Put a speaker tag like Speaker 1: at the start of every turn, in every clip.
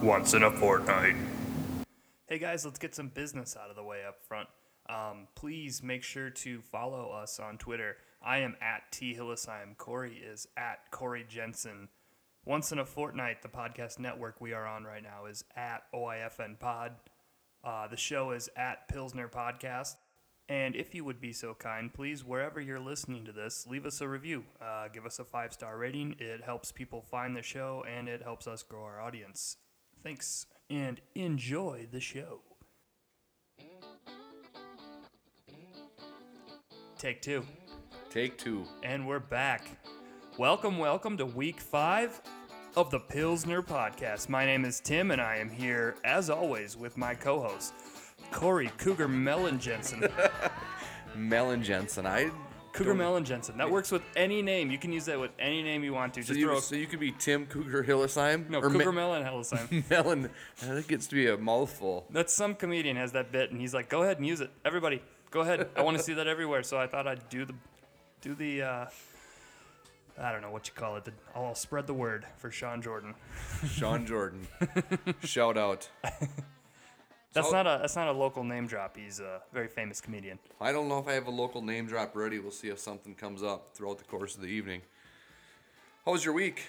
Speaker 1: Once in a fortnight.
Speaker 2: Hey guys, let's get some business out of the way up front. Um, please make sure to follow us on Twitter. I am at T Hillisheim. Corey is at Corey Jensen. Once in a fortnight, the podcast network we are on right now is at OIFN Pod. Uh, the show is at Pilsner Podcast. And if you would be so kind, please, wherever you're listening to this, leave us a review. Uh, give us a five star rating. It helps people find the show and it helps us grow our audience. Thanks and enjoy the show. Take two.
Speaker 3: Take two.
Speaker 2: And we're back. Welcome, welcome to week five of the Pilsner Podcast. My name is Tim, and I am here, as always, with my co host, Corey Cougar Mellon Jensen.
Speaker 3: Melon Jensen. I.
Speaker 2: Cougar Mellon Jensen. That works with any name. You can use that with any name you want to.
Speaker 3: So
Speaker 2: Just throw
Speaker 3: you,
Speaker 2: a.
Speaker 3: so you could be Tim Cougar Hillisheim?
Speaker 2: No,
Speaker 3: or
Speaker 2: Cougar
Speaker 3: Me-
Speaker 2: Mellon Hellesheim.
Speaker 3: Melon. That gets to be a mouthful.
Speaker 2: That's some comedian has that bit, and he's like, "Go ahead and use it, everybody. Go ahead. I want to see that everywhere." So I thought I'd do the, do the, uh, I don't know what you call it. The, I'll spread the word for Sean Jordan.
Speaker 3: Sean Jordan. Shout out.
Speaker 2: That's
Speaker 3: So-
Speaker 2: not a that's not a local name drop. He's a very famous comedian.
Speaker 3: I don't know if I have a local name drop ready. We'll see if something comes up throughout the course of the evening. How was your week?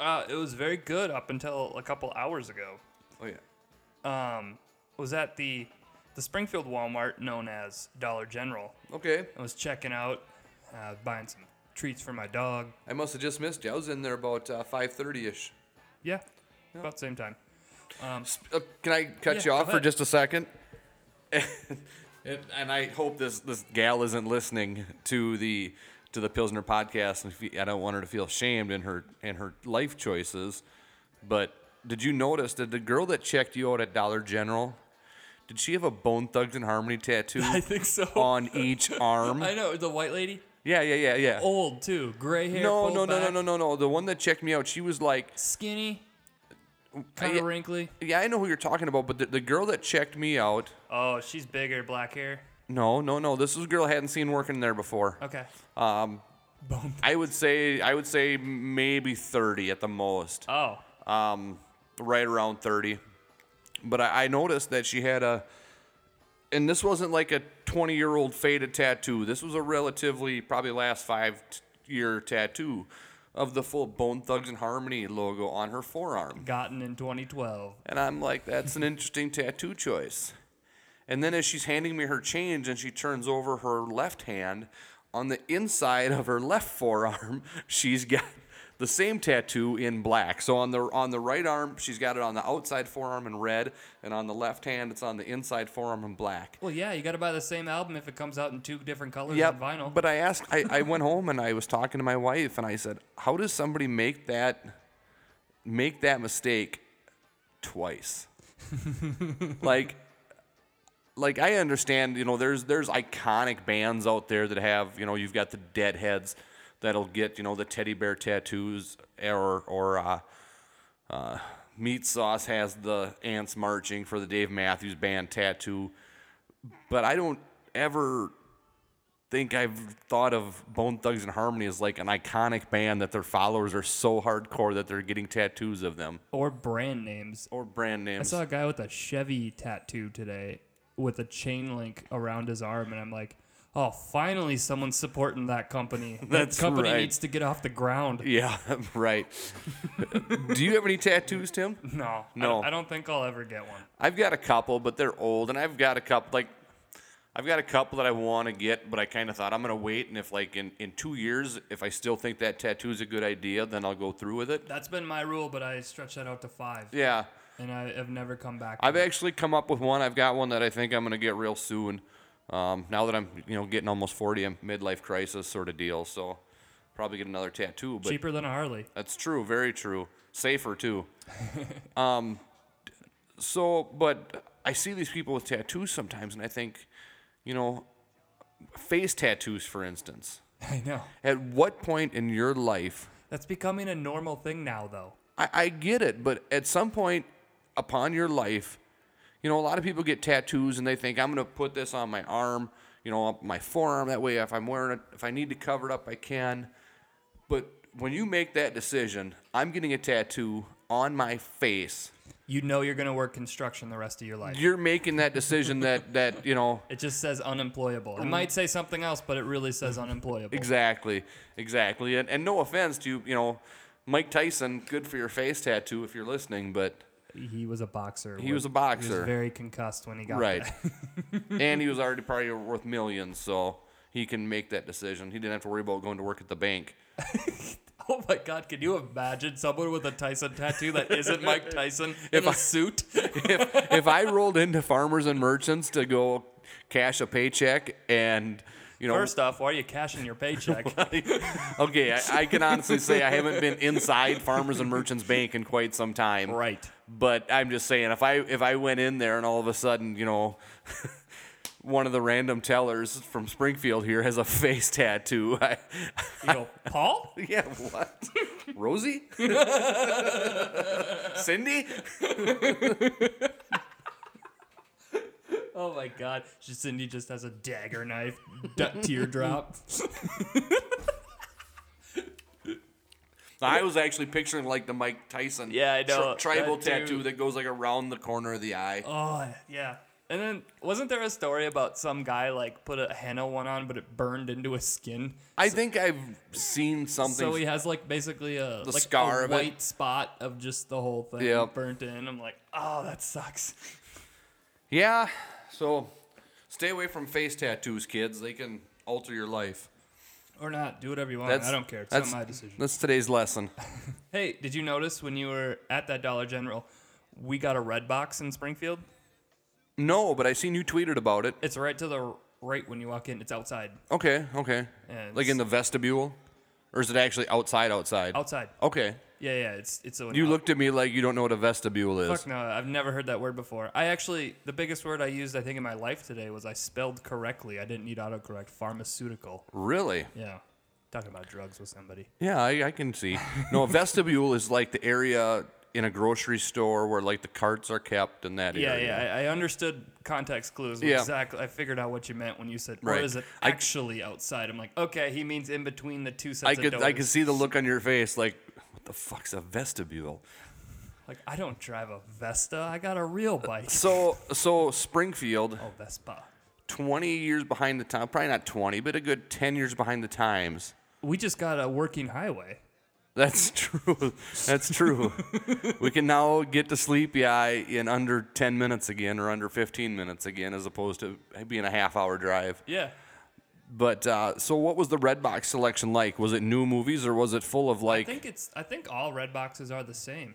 Speaker 2: Uh, it was very good up until a couple hours ago.
Speaker 3: Oh, yeah.
Speaker 2: Um, was at the the Springfield Walmart known as Dollar General.
Speaker 3: Okay.
Speaker 2: I was checking out, uh, buying some treats for my dog.
Speaker 3: I must have just missed you. I was in there about uh, 5.30ish.
Speaker 2: Yeah, about the same time.
Speaker 3: Uh, can I cut
Speaker 2: Yeah,
Speaker 3: you
Speaker 2: go
Speaker 3: off for
Speaker 2: ahead.
Speaker 3: just a second? and, and I hope this this gal isn't listening to the to the Pilsner podcast, and if- I don't want her to feel shamed in her in her life choices. But did you notice that the girl that checked you out at Dollar General did she have a Bone Thugs and Harmony tattoo
Speaker 2: I think so.
Speaker 3: on each arm?
Speaker 2: I know the white lady,
Speaker 3: Yeah, yeah, yeah, yeah.
Speaker 2: old too, gray hair.
Speaker 3: no,
Speaker 2: pulled
Speaker 3: no, no, no,
Speaker 2: back,
Speaker 3: no, no, no. The one that checked me out, she was like
Speaker 2: skinny, kind of wrinkly.
Speaker 3: Yeah, I know who you're talking about, but the, the girl that checked me out,
Speaker 2: Oh, she's bigger, black hair.
Speaker 3: no, no, no, this is a girl I hadn't seen working there before.
Speaker 2: Okay,
Speaker 3: Um,
Speaker 2: bone.
Speaker 3: I would say I would say maybe 30 at the most,
Speaker 2: Oh,
Speaker 3: um, right around 30. But I, I noticed that she had a, and this wasn't like a 20 year old faded tattoo. This was a relatively probably last five t- year tattoo of the full Bone Thugs and Harmony logo on her forearm.
Speaker 2: gotten in 2012.
Speaker 3: And I'm like, that's an interesting tattoo choice. And then as she's handing me her change and she turns over her left hand, on the inside of her left forearm, she's got the same tattoo in black. So on the on the right arm, she's got it on the outside forearm in red, and on the left hand, it's on the inside forearm in black.
Speaker 2: Well, yeah, you got to buy the same album if it comes out in two different colors
Speaker 3: Yep.
Speaker 2: on vinyl.
Speaker 3: But I asked I, I went home and I was talking to my wife and I said, How does somebody make that make that mistake twice? like like I understand, you know, there's there's iconic bands out there that have, you know, you've got the deadheads that'll get, you know, the teddy bear tattoos or or uh uh, Meat Sauce has the ants marching for the Dave Matthews Band tattoo, but I don't ever think I've thought of Bone Thugs and Harmony as like an iconic band that their followers are so hardcore that they're getting tattoos of them
Speaker 2: or brand names.
Speaker 3: or brand
Speaker 2: I
Speaker 3: names.
Speaker 2: saw a guy with a Chevy tattoo today with a chain link around his arm, and I'm like, oh, finally someone's supporting that company.
Speaker 3: That's
Speaker 2: that company
Speaker 3: right.
Speaker 2: needs to get off the ground.
Speaker 3: yeah, right. Do you have any tattoos, Tim?
Speaker 2: No, I-
Speaker 3: No.
Speaker 2: I, don't think I'll ever get one.
Speaker 3: I've got a couple, but they're old, and I've got a couple like I've got a couple that I want to get, but I kind of thought I'm gonna wait, and if like in in two years, if I still think that tattoo's a good idea, then I'll go through with it.
Speaker 2: That's been my rule, but I stretched that out to five,
Speaker 3: Yeah,
Speaker 2: and I have never come back. to
Speaker 3: I've
Speaker 2: it.
Speaker 3: actually come up with one. I've got one that I think I'm gonna get real soon. Um, now that I'm you know getting almost 40, I'm midlife crisis sort of deal, so probably get another tattoo. But
Speaker 2: cheaper than a Harley.
Speaker 3: That's true. Very true. Safer too. um, so, but I see these people with tattoos sometimes, and I think, you know, face tattoos, for instance.
Speaker 2: I know.
Speaker 3: At what point in your life?
Speaker 2: That's becoming a normal thing now, though.
Speaker 3: I, I get it, but at some point upon your life, you know, a lot of people get tattoos and they think I'm going to put this on my arm, you know, up my forearm. That way, if I'm wearing it, if I need to cover it up, I can. But when you make that decision, I'm getting a tattoo on my face.
Speaker 2: You know you're going to work construction the rest of your life.
Speaker 3: You're making that decision that that you know
Speaker 2: It just says unemployable.
Speaker 3: Mm.
Speaker 2: It might say something else, but it really says unemployable.
Speaker 3: exactly, exactly. And and no offense to you know Mike Tyson, good for your face tattoo if you're listening, but
Speaker 2: He was a boxer.
Speaker 3: He was a
Speaker 2: He was
Speaker 3: boxer.
Speaker 2: very concussed when he got
Speaker 3: right.
Speaker 2: that.
Speaker 3: and he was already probably worth millions, so he can make that decision. He didn't have to worry about going to work at the bank.
Speaker 2: Oh my God! Can you imagine someone with a Tyson tattoo that isn't Mike Tyson in a suit?
Speaker 3: if if I rolled into farmers and merchants to go cash a paycheck and you know
Speaker 2: First off, why are you cashing your paycheck?
Speaker 3: okay, I, I can honestly say I haven't been inside Farmers and Merchants Bank in quite some time.
Speaker 2: right.
Speaker 3: But I'm just saying, if I if I went in there and all of a sudden, you know, one of the random tellers from Springfield here has a face tattoo, I,
Speaker 2: You go, Paul.
Speaker 3: yeah, what? Rosie? Cindy?
Speaker 2: Oh my God! She- Cindy just has a dagger knife, d- teardrop.
Speaker 3: I was actually picturing like the Mike Tyson,
Speaker 2: Yeah, I know.
Speaker 3: tribal
Speaker 2: That dude-
Speaker 3: tattoo that goes like around the corner of the eye.
Speaker 2: Oh yeah. And then wasn't there a story about some guy like put a henna one on, but it burned into his skin?
Speaker 3: I think I've seen something.
Speaker 2: So he has like basically a like
Speaker 3: scar
Speaker 2: a
Speaker 3: of it.
Speaker 2: white spot of just the whole thing
Speaker 3: Yep.
Speaker 2: burnt in. I'm like, oh, that sucks.
Speaker 3: Yeah. So stay away from face tattoos, kids. They can alter your life.
Speaker 2: Or not, do whatever you want. I don't care. It's not my decision.
Speaker 3: That's today's lesson.
Speaker 2: Hey, did you notice when you were at that Dollar General, we got a red box in Springfield?
Speaker 3: No, but I seen you tweeted about it.
Speaker 2: It's right to the right when you walk in. It's outside.
Speaker 3: Okay, okay.
Speaker 2: Yeah,
Speaker 3: like in the vestibule? Or is it actually outside outside?
Speaker 2: Outside.
Speaker 3: okay.
Speaker 2: Yeah, yeah. It's it's a
Speaker 3: You looked at me like you don't know what a vestibule is.
Speaker 2: Fuck no, I've never heard that word before. I actually, the biggest word I used, I think, in my life today was I spelled correctly. I didn't need autocorrect. Pharmaceutical.
Speaker 3: Really?
Speaker 2: Yeah. Talking about drugs with somebody.
Speaker 3: Yeah, I, I can see. No, a vestibule is like the area in a grocery store where like the carts are kept and that
Speaker 2: Yeah,
Speaker 3: area.
Speaker 2: yeah. I, I understood context clues.
Speaker 3: Yeah.
Speaker 2: Exactly. I figured out what you meant when you said, or
Speaker 3: Right.
Speaker 2: is it
Speaker 3: I-
Speaker 2: actually outside? I'm like, okay, he means in between the two sets
Speaker 3: I
Speaker 2: of
Speaker 3: could
Speaker 2: doors.
Speaker 3: I could see the look on your face like what the fuck's a vestibule?
Speaker 2: Like, I don't drive a Vesta. I got a real bike.
Speaker 3: Uh, So so Springfield,
Speaker 2: Oh, Vespa.
Speaker 3: 20 years behind the time, probably not 20, but a good 10 years behind the times.
Speaker 2: We just got a working highway.
Speaker 3: That's true. That's true. we can now get to Sleepy Eye in under 10 minutes again or under 15 minutes again as opposed to being a half hour drive.
Speaker 2: Yeah.
Speaker 3: But uh, so what was the Red Box selection like? Was it new movies or was it full of
Speaker 2: I
Speaker 3: like
Speaker 2: think it's. I think all red boxes are the same.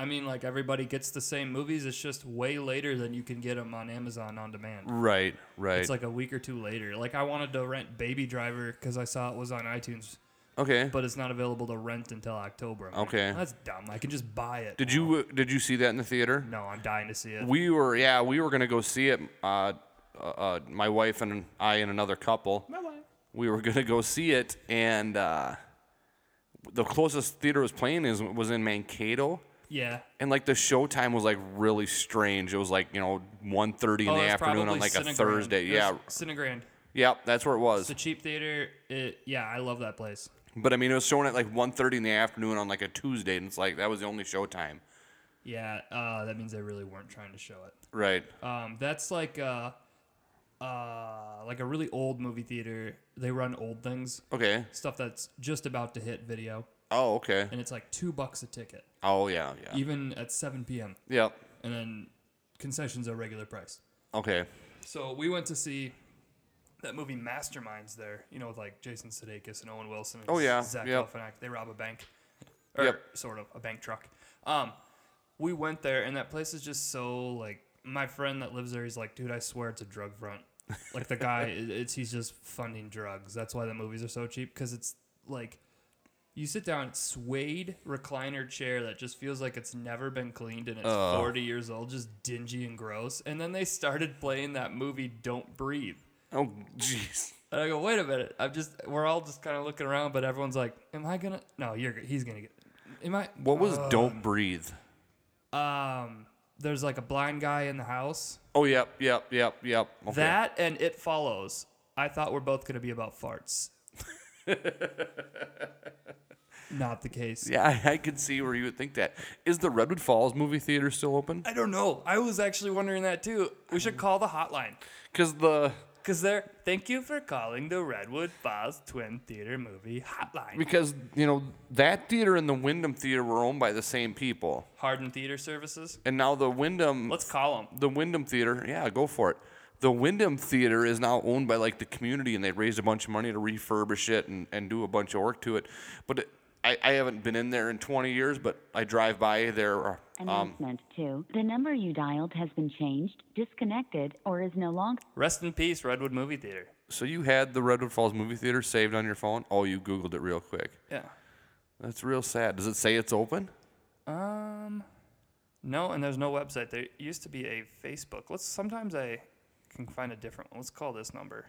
Speaker 2: I mean, like everybody gets the same movies. It's just way later than you can get them on Amazon on demand.
Speaker 3: Right, right.
Speaker 2: It's like a week or two later. Like I wanted to rent Baby Driver because I saw it was on iTunes,
Speaker 3: okay. But
Speaker 2: but it's not available to rent until October. I'm like,
Speaker 3: Okay.
Speaker 2: that's dumb. I can just buy it.
Speaker 3: did you uh, did you see that in the theater?
Speaker 2: No, I'm dying to see it.
Speaker 3: We were yeah, we were going to go see it uh, uh, uh, my wife and I and another couple. we were gonna go see it, and uh, the closest theater was playing is was in Mankato,
Speaker 2: Yeah.
Speaker 3: and like the showtime was like really strange. It was like you know 1.30 in
Speaker 2: Oh,
Speaker 3: the
Speaker 2: it's
Speaker 3: afternoon on
Speaker 2: probably
Speaker 3: like a
Speaker 2: Cinegrand.
Speaker 3: Thursday.
Speaker 2: It was
Speaker 3: Yeah,
Speaker 2: Cinegrand.
Speaker 3: yep, that's where it
Speaker 2: It's
Speaker 3: was.
Speaker 2: a cheap theater. It, yeah, I love that place.
Speaker 3: But I mean, it was showing at like 1.30 in the afternoon on like a Tuesday, and it's like that was the only showtime.
Speaker 2: Yeah, uh, that means they really weren't trying to show it.
Speaker 3: Right.
Speaker 2: Um, that's like uh, uh, like a really old movie theater. They run old things,
Speaker 3: Okay.
Speaker 2: stuff that's just about to hit video,
Speaker 3: Oh, okay.
Speaker 2: and it's like two bucks a ticket,
Speaker 3: Oh, yeah, yeah.
Speaker 2: even at 7 p.m.
Speaker 3: Yep.
Speaker 2: And then concessions are regular price.
Speaker 3: Okay.
Speaker 2: So we went to see that movie Masterminds there, you know, with like Jason Sudeikis and Owen Wilson. And
Speaker 3: Oh, yeah,
Speaker 2: Zach
Speaker 3: yep.
Speaker 2: Galifianak. They rob a bank, or
Speaker 3: Yep.
Speaker 2: sort of a bank truck. Um, we went there, and that place is just so like my friend that lives there. He's like, dude, I swear it's a drug front. Like the guy, it- it's he's just funding drugs. That's why the movies are so cheap because it's like. You sit down, suede recliner chair that just feels like it's never been cleaned and it's 40 years old, just dingy and gross. And then they started playing that movie, Don't Breathe.
Speaker 3: Oh, jeez.
Speaker 2: And I go, wait a minute. I'm just, we're all just kind of looking around, but everyone's like, am I gonna? No, you're. g- He's gonna get. Am I?
Speaker 3: What was
Speaker 2: Uh,
Speaker 3: "Don't Breathe"?
Speaker 2: Um, there's like a blind guy in the house.
Speaker 3: Oh, yep, yep, yep, yep. Okay.
Speaker 2: That and it follows. I thought we're both gonna be about farts. Not the case.
Speaker 3: Yeah, I, I could see where you would think that. Is the Redwood Falls movie theater still open?
Speaker 2: I don't know. I was actually wondering that too. We should call the hotline.
Speaker 3: Because the
Speaker 2: Because they're, thank you for calling the Redwood Falls Twin Theater Movie Hotline.
Speaker 3: because you know that theater and the Wyndham Theater were owned by the same people,
Speaker 2: Hardin Theater Services.
Speaker 3: and now the Wyndham
Speaker 2: Let's call them.
Speaker 3: the Wyndham Theater, yeah, go for it. The Wyndham Theater is now owned by like the community, and they raised a bunch of money to refurbish it and, and do a bunch of work to it. But it, I, I haven't been in there in 20 years, but I drive by there. Um,
Speaker 1: Announcement two. The number you dialed has been changed, disconnected, or is no longer.
Speaker 2: Rest in peace, Redwood Movie Theater.
Speaker 3: so you had the Redwood Falls movie theater saved on your phone? Oh, you Googled it real quick.
Speaker 2: Yeah.
Speaker 3: That's real sad. Does it say it's open?
Speaker 2: Um, no, and there's no website. There used to be a Facebook. Let's. Sometimes I can find a different one. Let's call this number.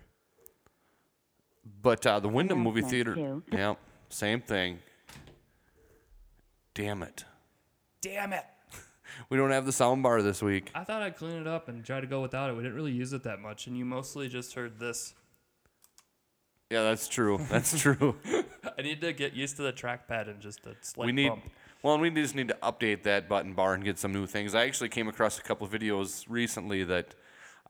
Speaker 3: But uh, the Wyndham movie
Speaker 1: Announcement
Speaker 3: theater,
Speaker 1: two.
Speaker 3: yeah, same thing. Damn it.
Speaker 2: Damn it!
Speaker 3: We don't have the sound bar this week.
Speaker 2: I thought I'd clean it up and try to go without it. We didn't really use it that much, and you mostly just heard this.
Speaker 3: Yeah, that's true. That's true.
Speaker 2: I need to get used to the trackpad and just a slight
Speaker 3: we need
Speaker 2: bump.
Speaker 3: well we just need to update that button bar and get some new things i actually came across a couple of videos recently that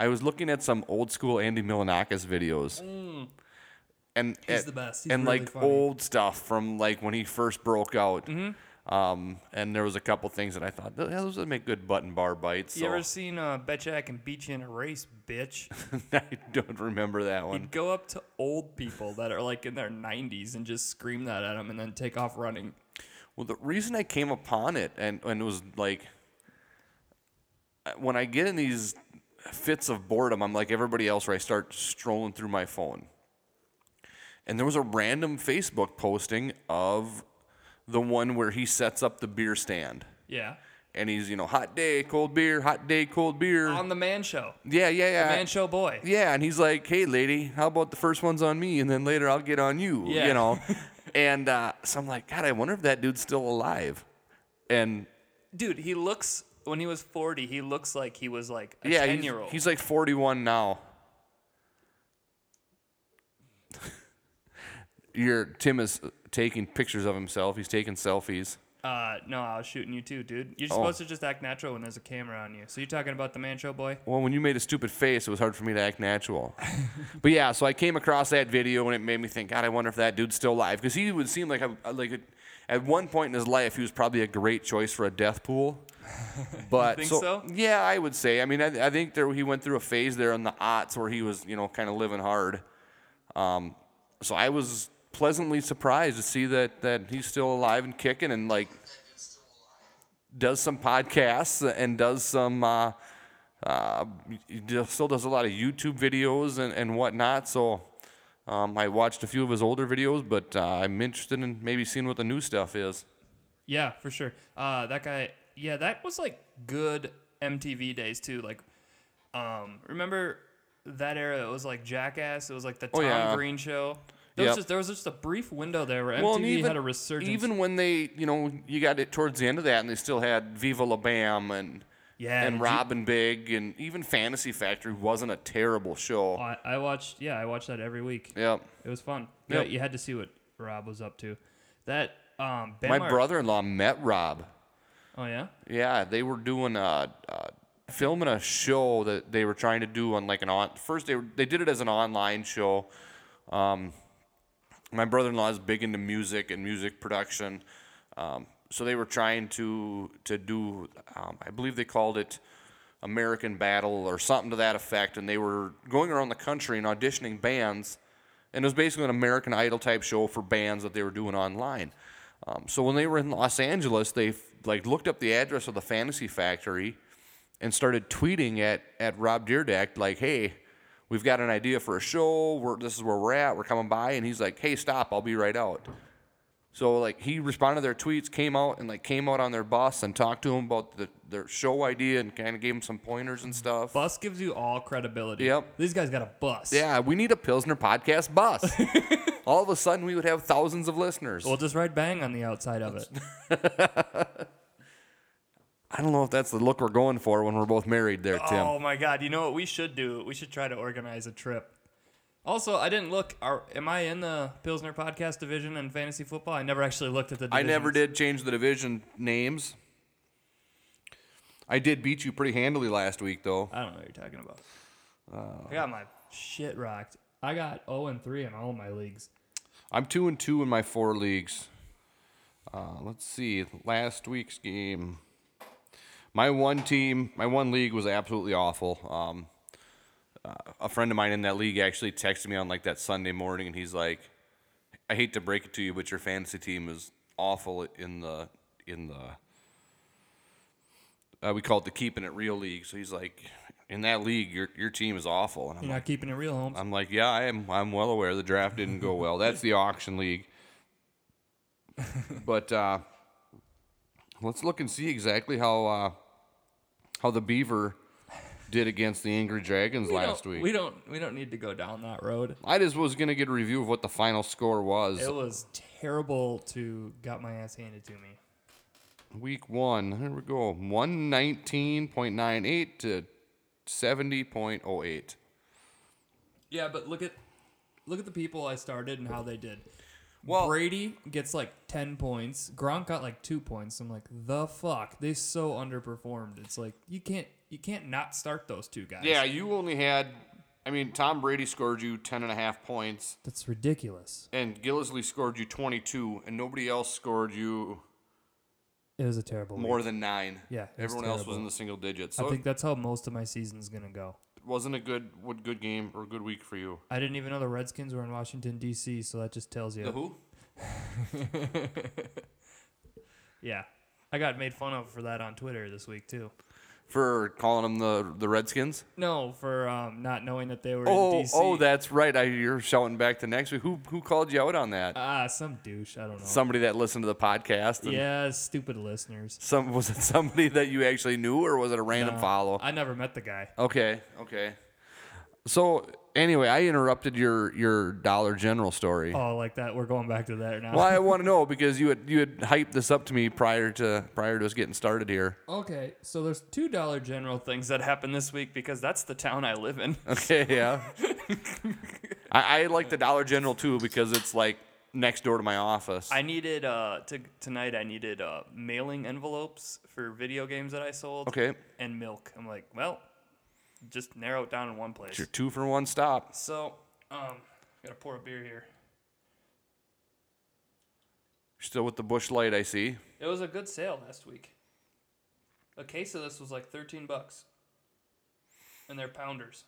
Speaker 3: i was looking at some old school andy milanakis videos and
Speaker 2: Mm. He's
Speaker 3: and-
Speaker 2: the best. He's
Speaker 3: and
Speaker 2: really
Speaker 3: like
Speaker 2: funny.
Speaker 3: old stuff from like when he first broke out
Speaker 2: Mm-hmm.
Speaker 3: um, and there was a couple things that i thought "Th- yeah, those would make good button bar bites
Speaker 2: You ever
Speaker 3: so
Speaker 2: seen uh, Betcha I Can Beat You in a Race, bitch?
Speaker 3: i don't remember that one
Speaker 2: He'd go up to old people that are like in their 90s and just scream that at them and then take off running.
Speaker 3: Well, the reason I came upon it and, and it was like, uh, when I get in these fits of boredom, I'm like everybody else where I start strolling through my phone. And there was a random Facebook posting of the one where he sets up the beer stand.
Speaker 2: Yeah.
Speaker 3: And he's, you know, hot day, cold beer, hot day, cold beer.
Speaker 2: On the man show.
Speaker 3: yeah, yeah, yeah.
Speaker 2: Man show boy.
Speaker 3: Yeah, and he's like, "Hey, lady, how about the first one's on me, and then later I'll get on you."
Speaker 2: Yeah.
Speaker 3: You know, and uh, so I'm like, God, I wonder if that dude's still alive. And
Speaker 2: Dude, he looks, when he was 40, he looks like he was like a
Speaker 3: yeah,
Speaker 2: 10
Speaker 3: he's,
Speaker 2: year old.
Speaker 3: he's like 41 now. Your Tim is taking pictures of himself. He's taking selfies.
Speaker 2: Uh, no, I was shooting you too, dude.
Speaker 3: Oh.
Speaker 2: You're supposed to just act natural when there's a camera on you. So you're talking about the man show boy?
Speaker 3: Well, when you made a stupid face, it was hard for me to act natural. but yeah, so I came across that video and it made me think, God, I wonder if that dude's still alive because he would seem like a like a, at one point in his life he was probably a great choice for a death pool. But
Speaker 2: think so?
Speaker 3: yeah, I would say. I mean, I, I think there he went through a phase there in the aughts where he was you know kind of living hard. Um, so I was pleasantly surprised to see that that he's still alive and kicking and like does some podcasts and does some uh, uh, he d- still does a lot of YouTube videos and, and whatnot. So um, I watched a few of his older videos, but uh, I'm interested in maybe seeing what the new stuff is.
Speaker 2: Yeah, for sure. Uh, that guy, yeah, that was like good MTV days too. Like, um, remember that era? It was like Jackass. It was like the Tom
Speaker 3: Oh, yeah.
Speaker 2: Green show. There, was
Speaker 3: Yep.
Speaker 2: just, there was just a brief window there where MTV
Speaker 3: and
Speaker 2: had a resurgence.
Speaker 3: Even when they, you know, you got it towards the end of that, and they still had Viva La Bam and
Speaker 2: Yeah, did
Speaker 3: and
Speaker 2: you-
Speaker 3: Robin Big, and even Fantasy Factory wasn't a terrible show.
Speaker 2: I, I watched, yeah, I watched that every week.
Speaker 3: Yep.
Speaker 2: It was fun.
Speaker 3: Yep.
Speaker 2: Yeah, you had to see what Rob was up to. That um, Ben
Speaker 3: My
Speaker 2: Mar-
Speaker 3: brother-in-law met Rob.
Speaker 2: Oh yeah,
Speaker 3: Yeah, they were doing a, uh filming a show that they were trying to do on like an on first they were, they did it as an online show. Um, my brother-in-law is big into music and music production, um, so they were trying to to do um, I believe they called it American Battle or something to that effect, and they were going around the country and auditioning bands, and it was basically an American Idol type show for bands that they were doing online. Um, so when they were in Los Angeles, they f- like looked up the address of the Fantasy Factory and started tweeting at at Rob Deerdack like, "Hey, we've got an idea for a show. We're, this is where we're at. We're coming by." And he's like, "Hey, stop! I'll be right out." So like he responded to their tweets, came out and like came out on their bus and talked to him about the, their show idea and kind of gave him some pointers and stuff.
Speaker 2: bus gives you all credibility.
Speaker 3: Yep.
Speaker 2: These guys got a bus.
Speaker 3: Yeah, we need a Pilsner podcast bus. All of a sudden, we would have thousands of listeners.
Speaker 2: We'll just write bang on the outside of it.
Speaker 3: I don't know if that's the look we're going for when we're both married, there, Tim.
Speaker 2: Oh my god! You know what we should do? We should try to organize a trip. Also, I didn't look. Are am I in the Pilsner podcast division in fantasy football? I never actually looked at the.
Speaker 3: I never
Speaker 2: divisions.
Speaker 3: did change the division names. I did beat you pretty handily last week, though.
Speaker 2: I don't know what you're talking about.
Speaker 3: Uh.
Speaker 2: I got my shit rocked. I got zero and three in all my leagues.
Speaker 3: I'm two and two in my four leagues. Uh, let's see. Last week's game, my one team, my one league was absolutely awful. Um, uh, a friend of mine in that league actually texted me on like that Sunday morning, and he's like, "I hate to break it to you, but your fantasy team is awful in the in the." Uh, we call it the keeping it real league. So he's like, "In that league, your your team is awful," and I'm
Speaker 2: You're not keeping it real, Holmes.
Speaker 3: I'm like, yeah, I am. I'm well aware the draft didn't go well. That's the auction league. but uh, let's look and see exactly how uh, how the Beaver did against the Angry Dragons
Speaker 2: We
Speaker 3: last
Speaker 2: don't-
Speaker 3: week.
Speaker 2: we don't we don't need to go down that road.
Speaker 3: I just was gonna get a review of what the final score was.
Speaker 2: It was terrible to got my ass handed to me.
Speaker 3: Week one. Here we go. One nineteen point nine eight to seventy point oh eight.
Speaker 2: Yeah, but look at look at the people I started and how they did.
Speaker 3: Well-
Speaker 2: Brady gets like ten points. Gronk got like two points. I'm like, the fuck, they so underperformed. It's like you can't you can't not start those two guys.
Speaker 3: Yeah, you only had. I mean, Tom Brady scored you ten and a half points.
Speaker 2: that's ridiculous.
Speaker 3: and Gillisley scored you 22, and nobody else scored you
Speaker 2: It was a terrible.
Speaker 3: more
Speaker 2: week.
Speaker 3: than nine.
Speaker 2: Yeah, it was
Speaker 3: everyone else was
Speaker 2: terrible.
Speaker 3: in the single digits.
Speaker 2: I
Speaker 3: So
Speaker 2: think that's how most of my season's gonna go.
Speaker 3: it wasn't a good, what good game or good week for you.
Speaker 2: I didn't even know the Redskins were in Washington D.C., so that just tells you.
Speaker 3: The who?
Speaker 2: Yeah, I got made fun of for that on Twitter this week too.
Speaker 3: For calling them the the Redskins.
Speaker 2: No, for um, not knowing that they were
Speaker 3: Oh,
Speaker 2: in D.C.
Speaker 3: oh, that's right. I, you're shouting back to next week. Who who called you out on that?
Speaker 2: ah, some douche. I don't know.
Speaker 3: somebody that listened to the podcast. And
Speaker 2: Yeah, stupid listeners.
Speaker 3: Some was it somebody that you actually knew, or was it a random
Speaker 2: No,
Speaker 3: follow?
Speaker 2: I never met the guy.
Speaker 3: okay, okay. So anyway, I interrupted your your Dollar General story.
Speaker 2: Oh, like that. We're going back to that now.
Speaker 3: Well, I want to know because you had you had hyped this up to me prior to prior to us getting started here.
Speaker 2: Okay, so there's two Dollar General things that happened this week because that's the town I live in.
Speaker 3: Okay, yeah. I, I like the Dollar General too because it's like next door to my office.
Speaker 2: I needed uh to, tonight. I needed uh mailing envelopes for video games that I sold.
Speaker 3: Okay.
Speaker 2: And milk. I'm like, well, just narrow it down in one place.
Speaker 3: it's your two for one stop.
Speaker 2: So, um, gotta pour a beer here.
Speaker 3: You're still with the bush light, I see.
Speaker 2: It was a good sale last week. A case of this was like 13 bucks. And they're pounders.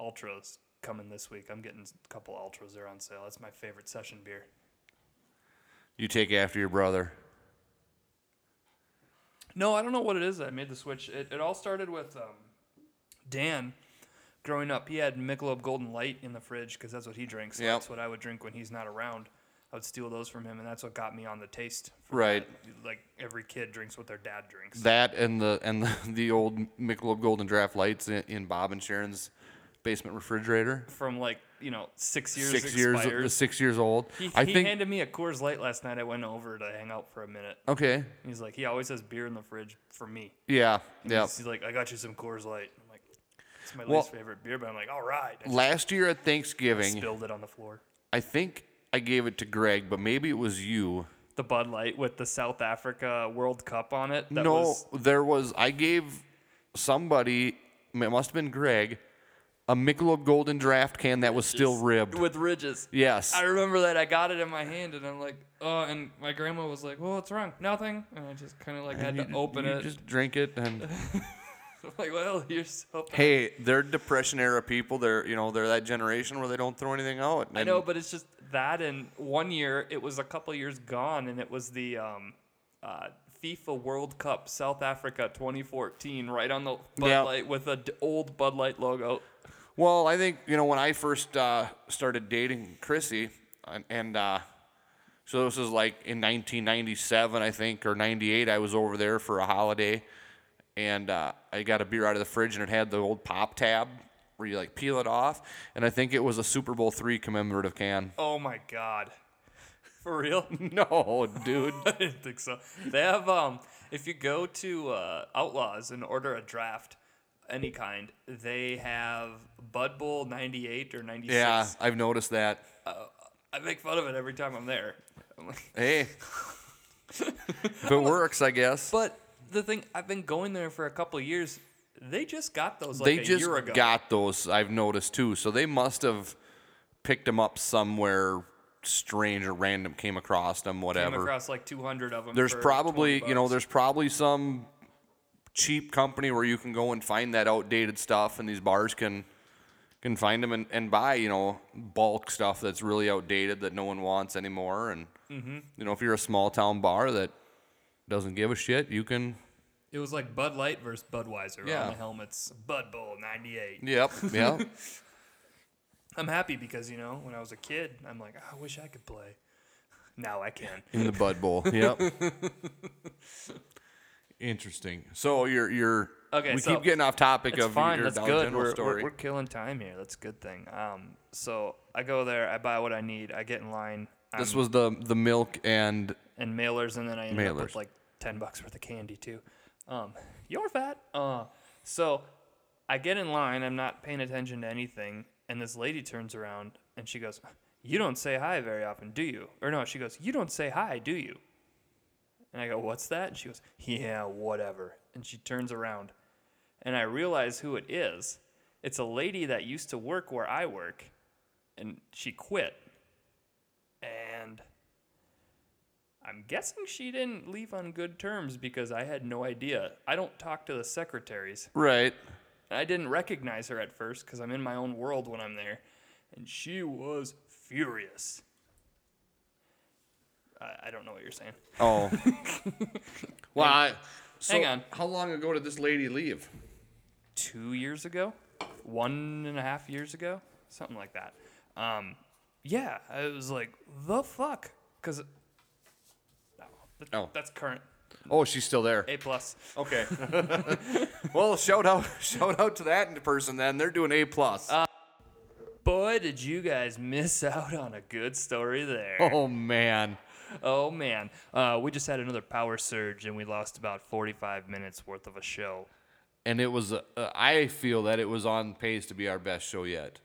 Speaker 2: Ultras coming this week. I'm getting a couple ultras there on sale. That's my favorite session beer.
Speaker 3: You take after your brother.
Speaker 2: No, I don't know what it is that made the switch. It, it all started with um, Dan growing up. He had Michelob Golden Light in the fridge because that's what he drinks. So
Speaker 3: Yep.
Speaker 2: That's what I would drink when he's not around. I would steal those from him, and that's what got me on the taste. for
Speaker 3: Right.
Speaker 2: that. Like every kid drinks what their dad drinks.
Speaker 3: That and the and the, the old Michelob Golden Draft lights in, in Bob and Sharon's basement refrigerator.
Speaker 2: from like you know six years
Speaker 3: six
Speaker 2: expires.
Speaker 3: years, uh, six years old.
Speaker 2: He,
Speaker 3: I
Speaker 2: he
Speaker 3: think.
Speaker 2: handed me a Coors Light last night. I went over to hang out for a minute.
Speaker 3: okay.
Speaker 2: He's like, he always has beer in the fridge for me.
Speaker 3: Yeah. Yeah.
Speaker 2: He's, he's like, I got you some Coors Light. I'm like, it's my
Speaker 3: Well-
Speaker 2: least favorite beer, but I'm like, all right. I
Speaker 3: Last year at Thanksgiving,
Speaker 2: spilled it on the floor.
Speaker 3: I think I gave it to Greg, but maybe it was you.
Speaker 2: The Bud Light with the South Africa World Cup on it. That
Speaker 3: no,
Speaker 2: was,
Speaker 3: there was. I gave somebody. It must have been Greg. A Michelob Golden Draft can that was still ribbed.
Speaker 2: with ridges.
Speaker 3: yes.
Speaker 2: I remember that I got it in my hand and I'm like, oh, and my grandma was like, well, what's wrong? Nothing. And I just kind of like had
Speaker 3: You-
Speaker 2: to open
Speaker 3: you
Speaker 2: it.
Speaker 3: Just drink it and.
Speaker 2: I'm like, well, you're so.
Speaker 3: hey, they're depression era people. They're you know they're that generation where they don't throw anything out.
Speaker 2: I know, but it's just that. And one year, it was a couple years gone, and it was the um, uh, FIFA World Cup South Africa 2014, right on the Bud
Speaker 3: Yeah.
Speaker 2: Light with an old Bud Light logo.
Speaker 3: Well, I think you know when I first uh, started dating Chrissy, and, and uh, so this was like in 1997, I think, or 98. I was over there for a holiday, and uh, I got a beer out of the fridge, and it had the old pop tab where you like peel it off, and I think it was a Super Bowl three commemorative can.
Speaker 2: Oh my God. For real?
Speaker 3: No, dude.
Speaker 2: I didn't think so. They have um if you go to uh, Outlaws and order a draft, any kind, they have Bud Bowl 98 or 96.
Speaker 3: Yeah, I've noticed that.
Speaker 2: I make fun of it every time I'm there. I'm like,
Speaker 3: Hey, if it works, I guess.
Speaker 2: But the thing, I've been going there for a couple of years. They just got those like
Speaker 3: they
Speaker 2: a
Speaker 3: just
Speaker 2: year ago.
Speaker 3: got those. I've noticed too. So they must have picked them up somewhere strange or random. Came across them,
Speaker 2: Came
Speaker 3: whatever.
Speaker 2: across like 200 of them.
Speaker 3: there's
Speaker 2: for 20
Speaker 3: probably you know
Speaker 2: bucks.
Speaker 3: there's probably some cheap company where you can go and find that outdated stuff, and these bars can can find them and, and buy you know bulk stuff that's really outdated that no one wants anymore. And
Speaker 2: Mm-hmm.
Speaker 3: you know if you're a small town bar that doesn't give a shit, you can.
Speaker 2: It was like Bud Light versus Budweiser on
Speaker 3: Yeah.
Speaker 2: the helmets. Bud Bowl 98.
Speaker 3: Yep, yep.
Speaker 2: I'm happy because, you know, when I was a kid, I'm like, I wish I could play. Now I can.
Speaker 3: in the Bud Bowl. Yep. Interesting. So you're you're
Speaker 2: Okay,
Speaker 3: We
Speaker 2: so-
Speaker 3: keep getting off topic
Speaker 2: It's
Speaker 3: of
Speaker 2: fine.
Speaker 3: your
Speaker 2: That's
Speaker 3: Dollar
Speaker 2: good.
Speaker 3: General
Speaker 2: We're,
Speaker 3: story.
Speaker 2: we're, we're killing time here. That's a good thing. Um, so I go there. I buy what I need. I get in line. I'm,
Speaker 3: this was the the milk and
Speaker 2: and mailers, and then I ended up with
Speaker 3: Mailers.
Speaker 2: like ten bucks worth of candy too. Um, you're fat. Uh, so I get in line. I'm not paying attention to anything, and this lady turns around and she goes, "You don't say hi very often, do you?" Or no, she goes, "You don't say hi, do you?" And I go, "What's that?" And she goes, "Yeah, whatever." And she turns around, and I realize who it is. It's a lady that used to work where I work, and she quit. And I'm guessing she didn't leave on good terms because I had no idea. I don't talk to the secretaries.
Speaker 3: right.
Speaker 2: And I didn't recognize her at first because I'm in my own world when I'm there. And she was furious. I, I don't know what you're saying.
Speaker 3: Oh. well, I, so
Speaker 2: hang on.
Speaker 3: How long ago did this lady leave?
Speaker 2: two years ago, one and a half years ago, something like that. Um, yeah, I was like, the fuck, because
Speaker 3: Oh.
Speaker 2: that's current
Speaker 3: Oh, she's still there.
Speaker 2: A plus.
Speaker 3: Okay. well, shout out shout out to that person then. They're doing A plus.
Speaker 2: Boy, did you guys miss out on a good story there.
Speaker 3: oh man.
Speaker 2: Oh man, uh, we just had another power surge and we lost about 45 minutes worth of a show.
Speaker 3: and it was uh, uh, i feel that it was on pace to be our best show yet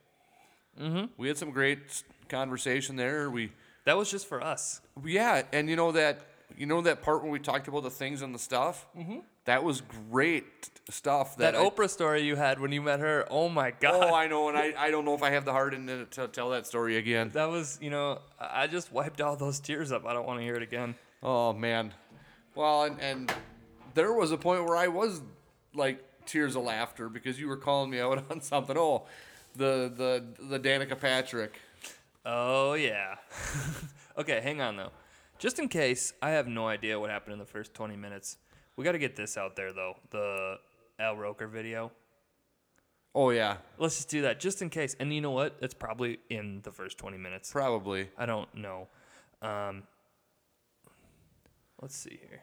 Speaker 3: mm-hmm. we had some great s- conversation there we
Speaker 2: That was just for us.
Speaker 3: yeah and you know that you know that part where we talked about the things and the stuff mm-hmm. that was great stuff that,
Speaker 2: That
Speaker 3: I-
Speaker 2: Oprah story you had when you met her. Oh my god.
Speaker 3: oh i know and I, I don't know if i have the heart in it to tell that story again
Speaker 2: that was, you know, I I just wiped all those tears up. I don't want to hear it again.
Speaker 3: oh man well and, and there was a point where i was like tears of laughter because you were calling me out on something oh the the the danica patrick
Speaker 2: Oh yeah. okay, hang on though. Just in case, I have no idea what happened in the first 20 minutes. We got to get this out there though. The Al Roker video.
Speaker 3: oh yeah
Speaker 2: Let's just do that just in case. And you know what? It's probably in the first 20 minutes.
Speaker 3: Probably.
Speaker 2: I don't know. Um Let's see here.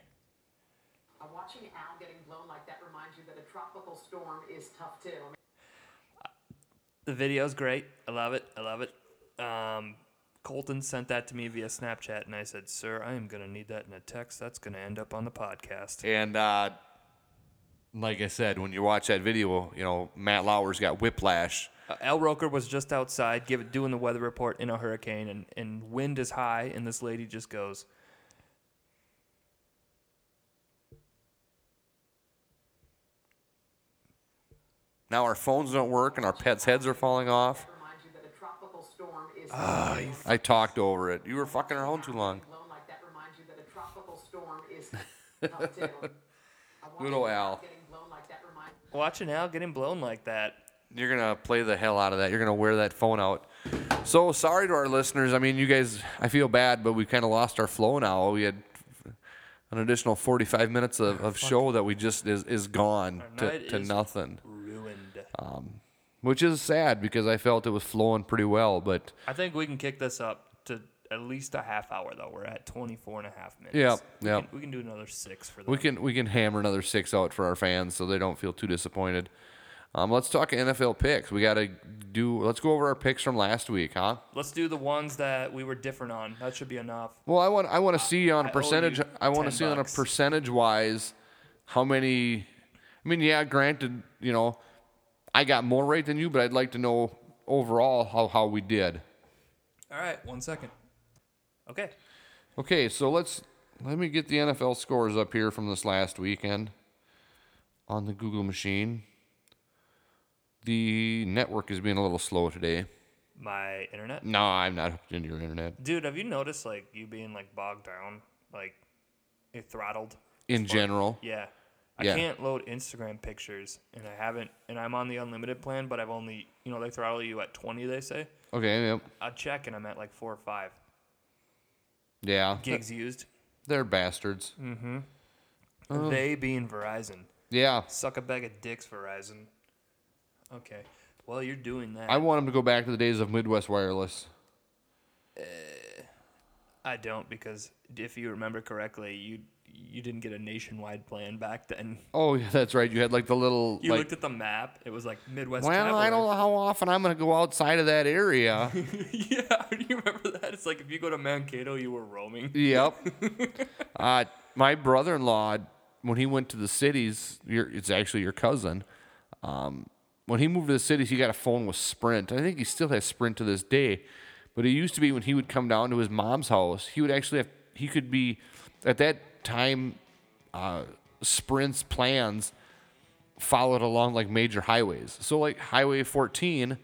Speaker 4: Uh, Watching Al getting blown like that reminds you that a tropical storm is tough too. I mean,
Speaker 2: The video's great. I love it. I love it. Um Colton sent that to me via Snapchat, and I said, "Sir, I am gonna need that in a text. That's gonna end up on the podcast."
Speaker 3: And uh, like I said, when you watch that video, you know Matt Lauer's got whiplash.
Speaker 2: Uh, Al Roker was just outside give, doing the weather report in a hurricane, and, and wind is high, and this lady just goes,
Speaker 3: Now our phones don't work, and our pets' heads are falling off.
Speaker 4: It reminds you that a tropical storm is tough too.
Speaker 3: I talked over it. You were fucking around Ah, too long.
Speaker 4: Blown like that reminds you that a tropical storm is tough too. Uh, watching
Speaker 3: Little Al.
Speaker 4: Getting blown like that reminds
Speaker 2: Watching Al getting blown like that.
Speaker 3: You're gonna play the hell out of that. You're gonna wear that phone out. So sorry to our listeners. I mean, you guys, I feel bad, but we kind of lost our flow now. We had an additional 45 minutes of, of show that we just is, is gone
Speaker 2: Our
Speaker 3: to,
Speaker 2: night
Speaker 3: to
Speaker 2: is-
Speaker 3: nothing,
Speaker 2: Ruined.
Speaker 3: which is sad because I felt it was flowing pretty well, but.
Speaker 2: I think we can kick this up to at least a half hour, though. We're at 24 and a half minutes.
Speaker 3: Yep,
Speaker 2: We
Speaker 3: yep.
Speaker 2: can- We can do another six for that.
Speaker 3: We can we can hammer another six out for our fans so they don't feel too disappointed. Um, let's talk NFL picks. We gotta do. Let's go over our picks from last week, huh?
Speaker 2: Let's do the ones that we were different on. That should be enough.
Speaker 3: Well, I want I want to see on
Speaker 2: I
Speaker 3: a
Speaker 2: owe
Speaker 3: percentage.
Speaker 2: you
Speaker 3: I want
Speaker 2: 10
Speaker 3: to see on a
Speaker 2: bucks.
Speaker 3: percentage wise how many. I mean, yeah, granted, you know, I got more right than you, but I'd like to know overall how, how we did.
Speaker 2: All right, one second. Okay.
Speaker 3: Okay, so let's let me get the NFL scores up here from this last weekend on the Google machine. The network is being a little slow today.
Speaker 2: My internet.
Speaker 3: No, I'm not hooked into your internet
Speaker 2: Dude, have you noticed like you being like bogged down, like eh, throttled?
Speaker 3: in general.
Speaker 2: Yeah. I
Speaker 3: Yeah.
Speaker 2: can't load Instagram pictures, and I haven't, and I'm on the unlimited plan, but I've only, you know, they throttle you at 20, they say.
Speaker 3: Okay, yep.
Speaker 2: I check, and I'm at like four or five
Speaker 3: Yeah.
Speaker 2: gigs used.
Speaker 3: They're bastards.
Speaker 2: Mm.
Speaker 3: uh.
Speaker 2: They being Verizon.
Speaker 3: Yeah.
Speaker 2: Suck a bag of dicks, Verizon. Okay. Well, you're doing that.
Speaker 3: I
Speaker 2: I w-
Speaker 3: want them to go back to the days of Midwest Wireless.
Speaker 2: I don't because if you remember correctly, you you didn't get a nationwide plan back then.
Speaker 3: Oh, yeah, that's right. You had like the little
Speaker 2: You
Speaker 3: like
Speaker 2: looked at the map. It was like Midwest.
Speaker 3: Well, I don't know how often I'm going to go outside of that area.
Speaker 2: yeah, do you remember that? It's like if you go to Mankato, you were roaming.
Speaker 3: yep. Uh, my brother-in-law, when he went to the cities, your, it's actually your cousin. Um, when he moved to the cities, he got a phone with Sprint. I think he still has Sprint to this day, but it used to be when he would come down to his mom's house, he would actually have he could be at that time. Uh, Sprint's plans followed along like major highways. So like Highway 14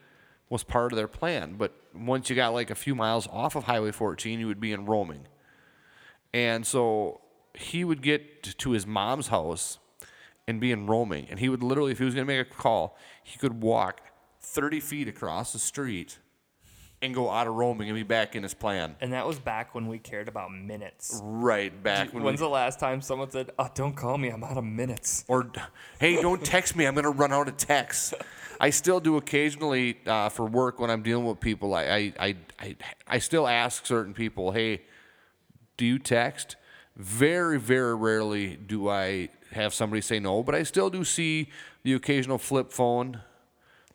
Speaker 3: was part of their plan, but once you got like a few miles off of Highway 14, you would be in roaming. And so he would get t- to his mom's house and be in roaming, and he would literally, if he was going to make a call, he could walk 30 feet across the street and go out of roaming and be back in his plan.
Speaker 2: And that was back when we cared about minutes.
Speaker 3: Right back when we-
Speaker 2: When's the last time someone said, oh, "Don't call me, I'm out of minutes"?
Speaker 3: or hey don't text me i'm going to run out of texts i still do occasionally uh, for work when i'm dealing with people I, I, I, I, I still ask certain people hey do you text very very rarely do i have somebody say no but i still do see the occasional flip phone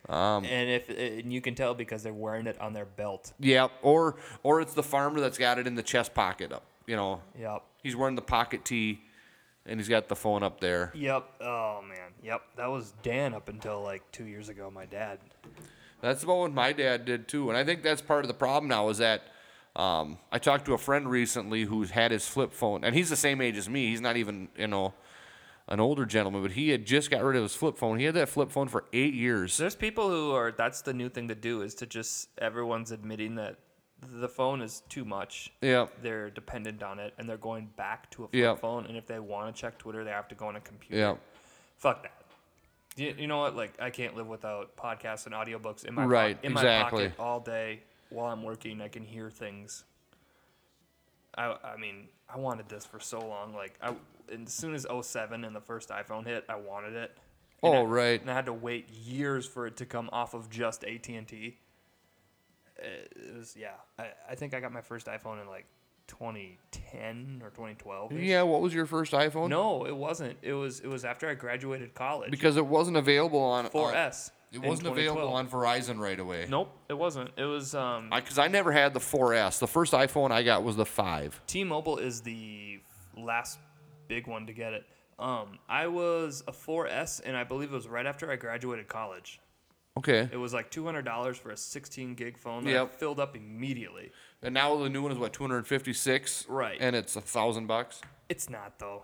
Speaker 3: Um
Speaker 2: And if and you can tell because they're wearing it on their belt.
Speaker 3: yeah or or it's the farmer that's got it in the chest pocket up you know
Speaker 2: Yep.
Speaker 3: he's wearing the pocket tee and he's got the phone up there
Speaker 2: Yep. Oh man. Yep. That was Dan up until like two years ago. My dad.
Speaker 3: That's about what my dad did too, and I think that's part of the problem now is that um, I talked to a friend recently who's had his flip phone, and he's the same age as me. He's not even you know an older gentleman, but he had just got rid of his flip phone. He had that flip phone for eight years.
Speaker 2: There's people who are. That's the new thing to do is to just everyone's admitting that the phone is too much.
Speaker 3: Yeah,
Speaker 2: They're dependent on it, and they're going back to a flip
Speaker 3: Yep.
Speaker 2: phone. And if they want to check Twitter, they have to go on a computer.
Speaker 3: yeah,
Speaker 2: Fuck that. You, you know what? Like I can't live without podcasts and audiobooks in my po-
Speaker 3: Right,
Speaker 2: in my
Speaker 3: exactly.
Speaker 2: pocket all day while I'm working. I can hear things. I I mean I wanted this for so long. Like I and as soon as 07 and the first iPhone hit, I wanted it. And
Speaker 3: Oh,
Speaker 2: I-
Speaker 3: right.
Speaker 2: And I had to wait years for it to come off of just AT and T. Uh, It was yeah. I, I think I got my first iPhone in like 2010 or 2012. -ish.
Speaker 3: yeah. What was your first iPhone?
Speaker 2: No, it wasn't. It was it was after I graduated college.
Speaker 3: because it wasn't available on on-
Speaker 2: 4S.
Speaker 3: It
Speaker 2: in
Speaker 3: wasn't available
Speaker 2: 2012.
Speaker 3: on Verizon right away.
Speaker 2: Nope, it wasn't. It was um
Speaker 3: Because I never had the 4S. The first iPhone I got was the 5.
Speaker 2: T-Mobile is the last big one to get it. Um I was a 4S and I believe it was right after I graduated college.
Speaker 3: Okay.
Speaker 2: It was like $200 for a 16 gig phone that I
Speaker 3: Yep.
Speaker 2: filled up immediately.
Speaker 3: And now the new one is what 256.
Speaker 2: Right.
Speaker 3: And it's a thousand bucks.
Speaker 2: It's not though.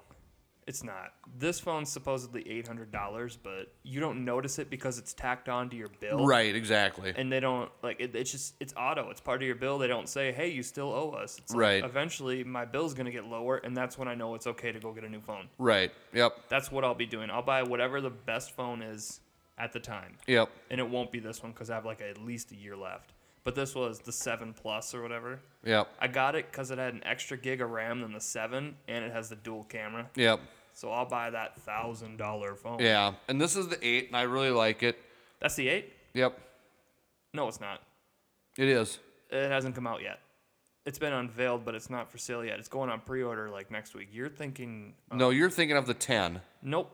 Speaker 2: It's not. This phone's supposedly $800, but you don't notice it because it's tacked onto your bill.
Speaker 3: Right, exactly.
Speaker 2: and they don't like it, it's just it's auto it's part of your bill they don't say hey you still owe us it's like,
Speaker 3: Right.
Speaker 2: eventually my bill's going to get lower and that's when i know it's okay to go get a new phone
Speaker 3: right. Yep.
Speaker 2: that's what i'll be doing i'll buy whatever the best phone is at the time
Speaker 3: Yep.
Speaker 2: and it won't be this one because i have like at least a year left but this was the 7 plus or whatever
Speaker 3: Yep.
Speaker 2: i got it because it had an extra gig of ram than the 7 and it has the dual camera
Speaker 3: Yep.
Speaker 2: so i'll buy that thousand dollar phone
Speaker 3: Yeah. And this is the eight, and I really like it.
Speaker 2: that's the 8
Speaker 3: Yep.
Speaker 2: no it's not
Speaker 3: It is.
Speaker 2: It hasn't come out yet. It's been unveiled, but it's not for sale yet. It's going on pre-order like next week. You're thinking? Uh,
Speaker 3: No, you're thinking of the ten.
Speaker 2: nope.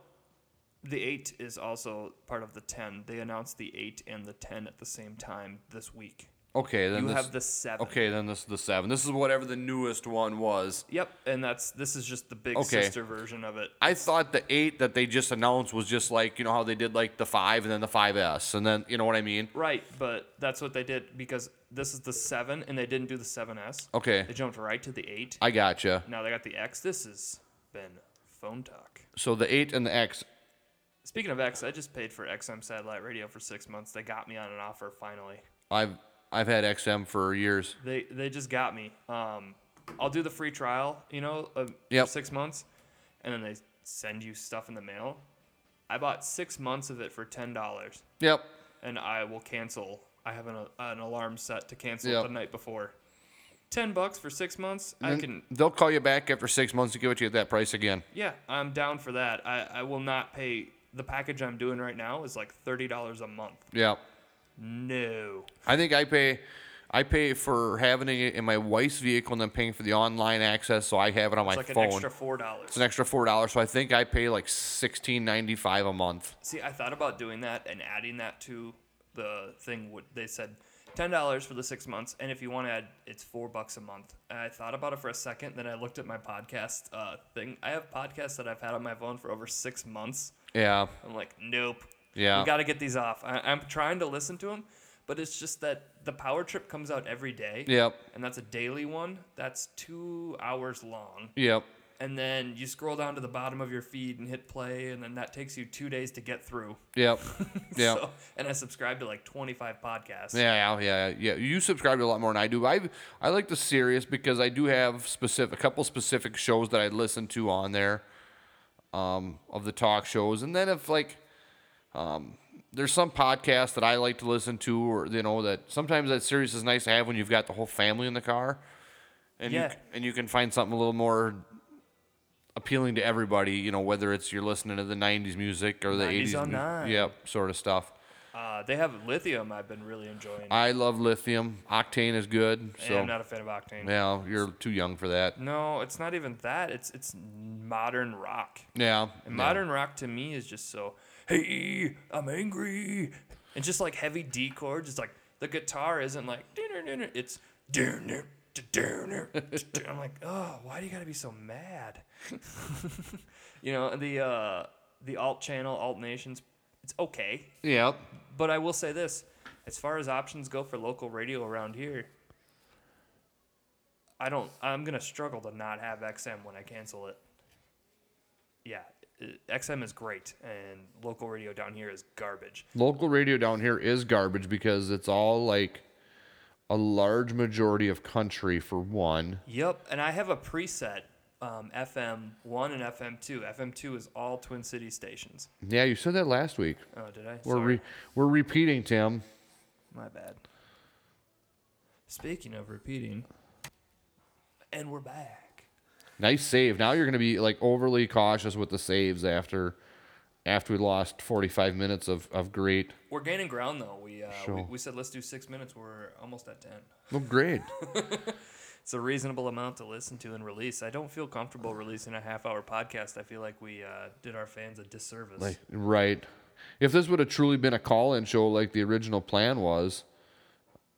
Speaker 2: The eight is also part of the ten. They announced the eight and the ten at the same time this week.
Speaker 3: Okay, then
Speaker 2: You
Speaker 3: this,
Speaker 2: have the seven.
Speaker 3: Okay, then this is the seven. This is whatever the newest one was.
Speaker 2: Yep, and that's this is just the big
Speaker 3: Okay.
Speaker 2: sister version of it.
Speaker 3: I thought the eight that they just announced was just like you know how they did like the five and then the five S and then you know what I mean.
Speaker 2: Right, but that's what they did because this is the seven, and they didn't do the 7S.
Speaker 3: Okay.
Speaker 2: They jumped right to the eight.
Speaker 3: I gotcha.
Speaker 2: now they got the X. This has been phone talk.
Speaker 3: So the eight and the X.
Speaker 2: Speaking of X, I just paid for XM satellite radio for six months. They got me on an offer finally.
Speaker 3: I've I've had XM for years.
Speaker 2: They they just got me. Um, I'll do the free trial, you know, of
Speaker 3: Yep.
Speaker 2: for six months, and then they send you stuff in the mail. I bought six months of it for ten dollars,
Speaker 3: Yep.
Speaker 2: and I will cancel. I have an, an alarm set to cancel
Speaker 3: Yep.
Speaker 2: it the night before. Ten bucks for six months. I
Speaker 3: And
Speaker 2: can.
Speaker 3: They'll call you back after six months to give it to you at that price again.
Speaker 2: Yeah, I'm down for that. I, I will not pay. The package I'm doing right now is like thirty dollars a month.
Speaker 3: Yep.
Speaker 2: No.
Speaker 3: I think I pay. I pay for having it in my wife's vehicle and then paying for the online access, so I have it on my
Speaker 2: It's like
Speaker 3: phone.
Speaker 2: an extra four dollars.
Speaker 3: it's an extra four dollars, so I think I pay like sixteen ninety five a month.
Speaker 2: See, I thought about doing that and adding that to the thing. What they said, ten dollars for the six months, and if you want to add, it's four bucks a month. And I thought about it for a second, then I looked at my podcast uh, thing. I have podcasts that I've had on my phone for over six months.
Speaker 3: Yeah,
Speaker 2: I'm like, nope.
Speaker 3: Yeah.
Speaker 2: We got to get these off. I, I'm trying to listen to them, but it's just that the Power Trip comes out every day.
Speaker 3: Yep.
Speaker 2: And that's a daily one. That's two hours long
Speaker 3: yep,
Speaker 2: and then you scroll down to the bottom of your feed and hit play, and then that takes you two days to get through.
Speaker 3: yep, yep.
Speaker 2: So, and I subscribe to like 25 podcasts.
Speaker 3: Yeah, yeah, yeah, yeah. You subscribe to a lot more than I do. I I like the Sirius because I do have specific a couple specific shows that I listen to on there, um, of the talk shows, and then if like, um, there's some podcasts that I like to listen to, or you know that sometimes that Sirius is nice to have when you've got the whole family in the car, and you,
Speaker 2: Yeah.
Speaker 3: c- and you can find something a little more appealing to everybody. You know whether it's you're listening to the '90s music or the
Speaker 2: 90s
Speaker 3: '80s,
Speaker 2: on
Speaker 3: mu-
Speaker 2: oh nine.
Speaker 3: yep, sort of stuff.
Speaker 2: Uh, they have lithium, I've been really enjoying.
Speaker 3: I love lithium. Octane is good.
Speaker 2: And Mm.
Speaker 3: So
Speaker 2: I'm not a fan of Octane.
Speaker 3: yeah, you're too young for that.
Speaker 2: No, it's not even that. It's it's modern rock.
Speaker 3: Yeah.
Speaker 2: And modern rock to me is just so, hey, I'm angry. And just like heavy D chords, it's like the guitar isn't like, "Dun-dun-dun-dun," it's, "Dun-dun, dun-dun, dun-dun." I'm like, oh, why do you gotta be so mad? you know, the, uh, the alt channel, alt nations, it's okay.
Speaker 3: Yeah. Yep.
Speaker 2: But I will say this as far as options go for local radio around here, I don't, I'm gonna struggle to not have XM when I cancel it yeah, uh, XM is great, and local radio down here is garbage.
Speaker 3: Local radio down here is garbage because it's all like a large majority of country for one.
Speaker 2: Yep, and I have a preset um, FM one and FM two. FM two is all Twin City stations.
Speaker 3: Yeah, you said that last week.
Speaker 2: Oh, did I?
Speaker 3: We're
Speaker 2: Sorry.
Speaker 3: re- we're repeating, Tim.
Speaker 2: My bad. Speaking of repeating, and we're back.
Speaker 3: Nice save. Now you're gonna be like overly cautious with the saves after after we lost 45 minutes of, of great.
Speaker 2: We're gaining ground though. We uh, we,
Speaker 3: Sure.
Speaker 2: we said let's do six minutes. We're almost at ten.
Speaker 3: Well, great.
Speaker 2: It's a reasonable amount to listen to and release. I don't feel comfortable releasing a half hour podcast. I feel like we uh, did our fans a disservice.
Speaker 3: Like right. If this would have truly been a call-in show like the original plan was,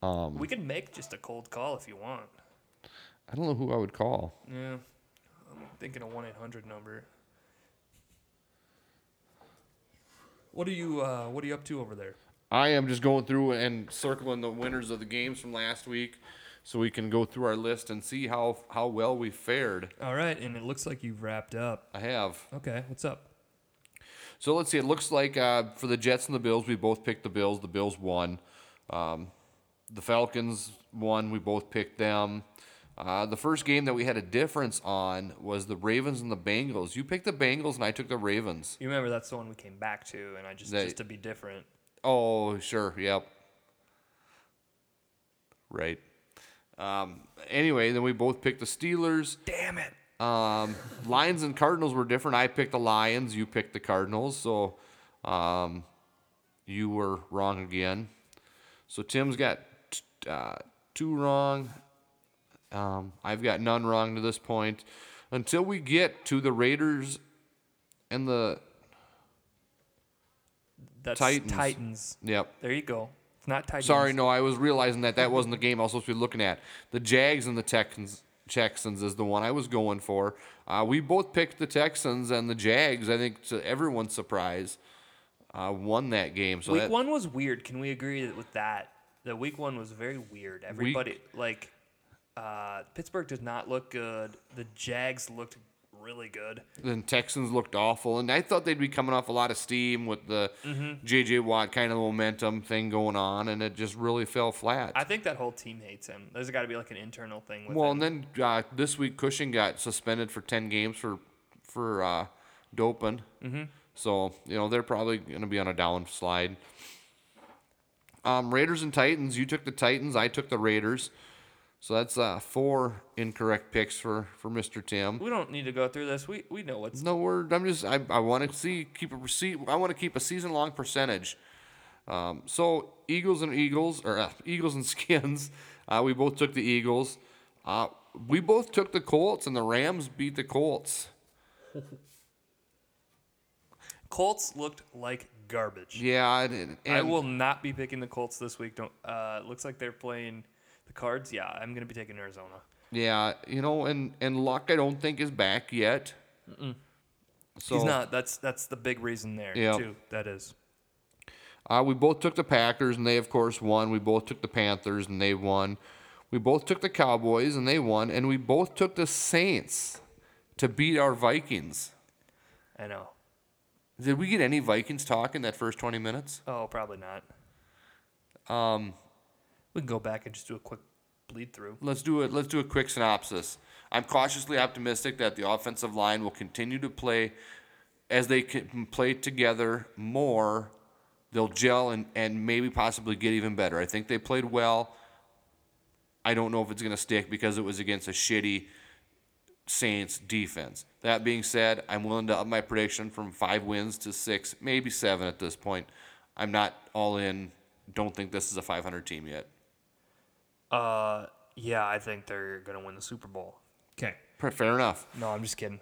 Speaker 3: um,
Speaker 2: we could make just a cold call if you want.
Speaker 3: I don't know who I would call.
Speaker 2: Yeah. I'm thinking a 1 800 number. What are you uh, What are you up to over there?
Speaker 3: I am just going through and circling the winners of the games from last week, so we can go through our list and see how how well we fared.
Speaker 2: All right, and it looks like you've wrapped up.
Speaker 3: I have.
Speaker 2: Okay, what's up?
Speaker 3: So let's see. It looks like uh, for the Jets and the Bills, we both picked the Bills. The Bills won. Um, the Falcons won. We both picked them. Uh, the first game that we had a difference on was the Ravens and the Bengals. You picked the Bengals and I took the Ravens.
Speaker 2: You remember that's the one we came back to, and I just
Speaker 3: That-
Speaker 2: just to be different.
Speaker 3: Oh, sure. Yep. Right. Um, anyway, then we both picked the Steelers.
Speaker 2: Damn it!
Speaker 3: Um, Lions and Cardinals were different. I picked the Lions. You picked the Cardinals. So um, you were wrong again. So Tim's got t- uh, two wrong. Um, I've got none wrong to this point. Until we get to the Raiders and the
Speaker 2: That's
Speaker 3: Titans.
Speaker 2: Titans.
Speaker 3: yep.
Speaker 2: There you go. Not Titans.
Speaker 3: Sorry, no, I was realizing that that wasn't the game I was supposed to be looking at. The Jags and the Texans, Texans is the one I was going for. Uh, we both picked the Texans and the Jags. I think to everyone's surprise, uh, won that game. So
Speaker 2: Week
Speaker 3: that,
Speaker 2: one was weird. Can we agree that with that? The week one was very weird. Everybody like uh, Pittsburgh did not look good. The Jags looked really good.
Speaker 3: the Texans looked awful, and I thought they'd be coming off a lot of steam with the
Speaker 2: Mm-hmm.
Speaker 3: JJ Watt kind of momentum thing going on, and it just really fell flat.
Speaker 2: I think that whole team hates him. There's got to be like an internal thing with
Speaker 3: Well,
Speaker 2: him.
Speaker 3: and then uh, this week Cushing got suspended for ten games for for uh, doping. Mm-hmm. So you know they're probably going to be on a downslide. Um, Raiders and Titans. You took the Titans. I took the Raiders. So that's uh, four incorrect picks for for Mister Tim.
Speaker 2: we don't need to go through this. We we know what's
Speaker 3: No word. I'm just. I, I want to see keep a receipt. I want to keep a season long percentage. Um, so Eagles and Eagles or uh, Eagles and Skins. Uh, we both took the Eagles. Uh, we both took the Colts and the Rams beat the Colts.
Speaker 2: Colts looked like garbage.
Speaker 3: Yeah, I did.
Speaker 2: I
Speaker 3: and-
Speaker 2: will not be picking the Colts this week. Don't. Uh, looks like they're playing the Cards. Yeah, I'm gonna be taking Arizona.
Speaker 3: Yeah, you know, and and Luck I don't think is back yet. So
Speaker 2: He's not. That's that's the big reason there
Speaker 3: Yeah.
Speaker 2: too. That is.
Speaker 3: Uh, we both took the Packers, and they, of course, won. We both took the Panthers, and they won. We both took the Cowboys, and they won. And we both took the Saints to beat our Vikings.
Speaker 2: I know.
Speaker 3: Did we get any Vikings talk in that first 20 minutes?
Speaker 2: Oh, probably not.
Speaker 3: Um,
Speaker 2: We can go back and just do a quick bleed through.
Speaker 3: let's do it. Let's do a quick synopsis. I'm cautiously optimistic that the offensive line will continue to play as they can play together more. They'll gel and, and maybe possibly get even better. I think they played well. I don't know if it's going to stick because it was against a shitty Saints defense. That being said, I'm willing to up my prediction from five wins to six, maybe seven at this point. I'm not all in. Don't think this is a 500 team yet.
Speaker 2: Uh, yeah, I think they're gonna win the Super Bowl. Okay.
Speaker 3: Fair enough.
Speaker 2: No, I'm just kidding.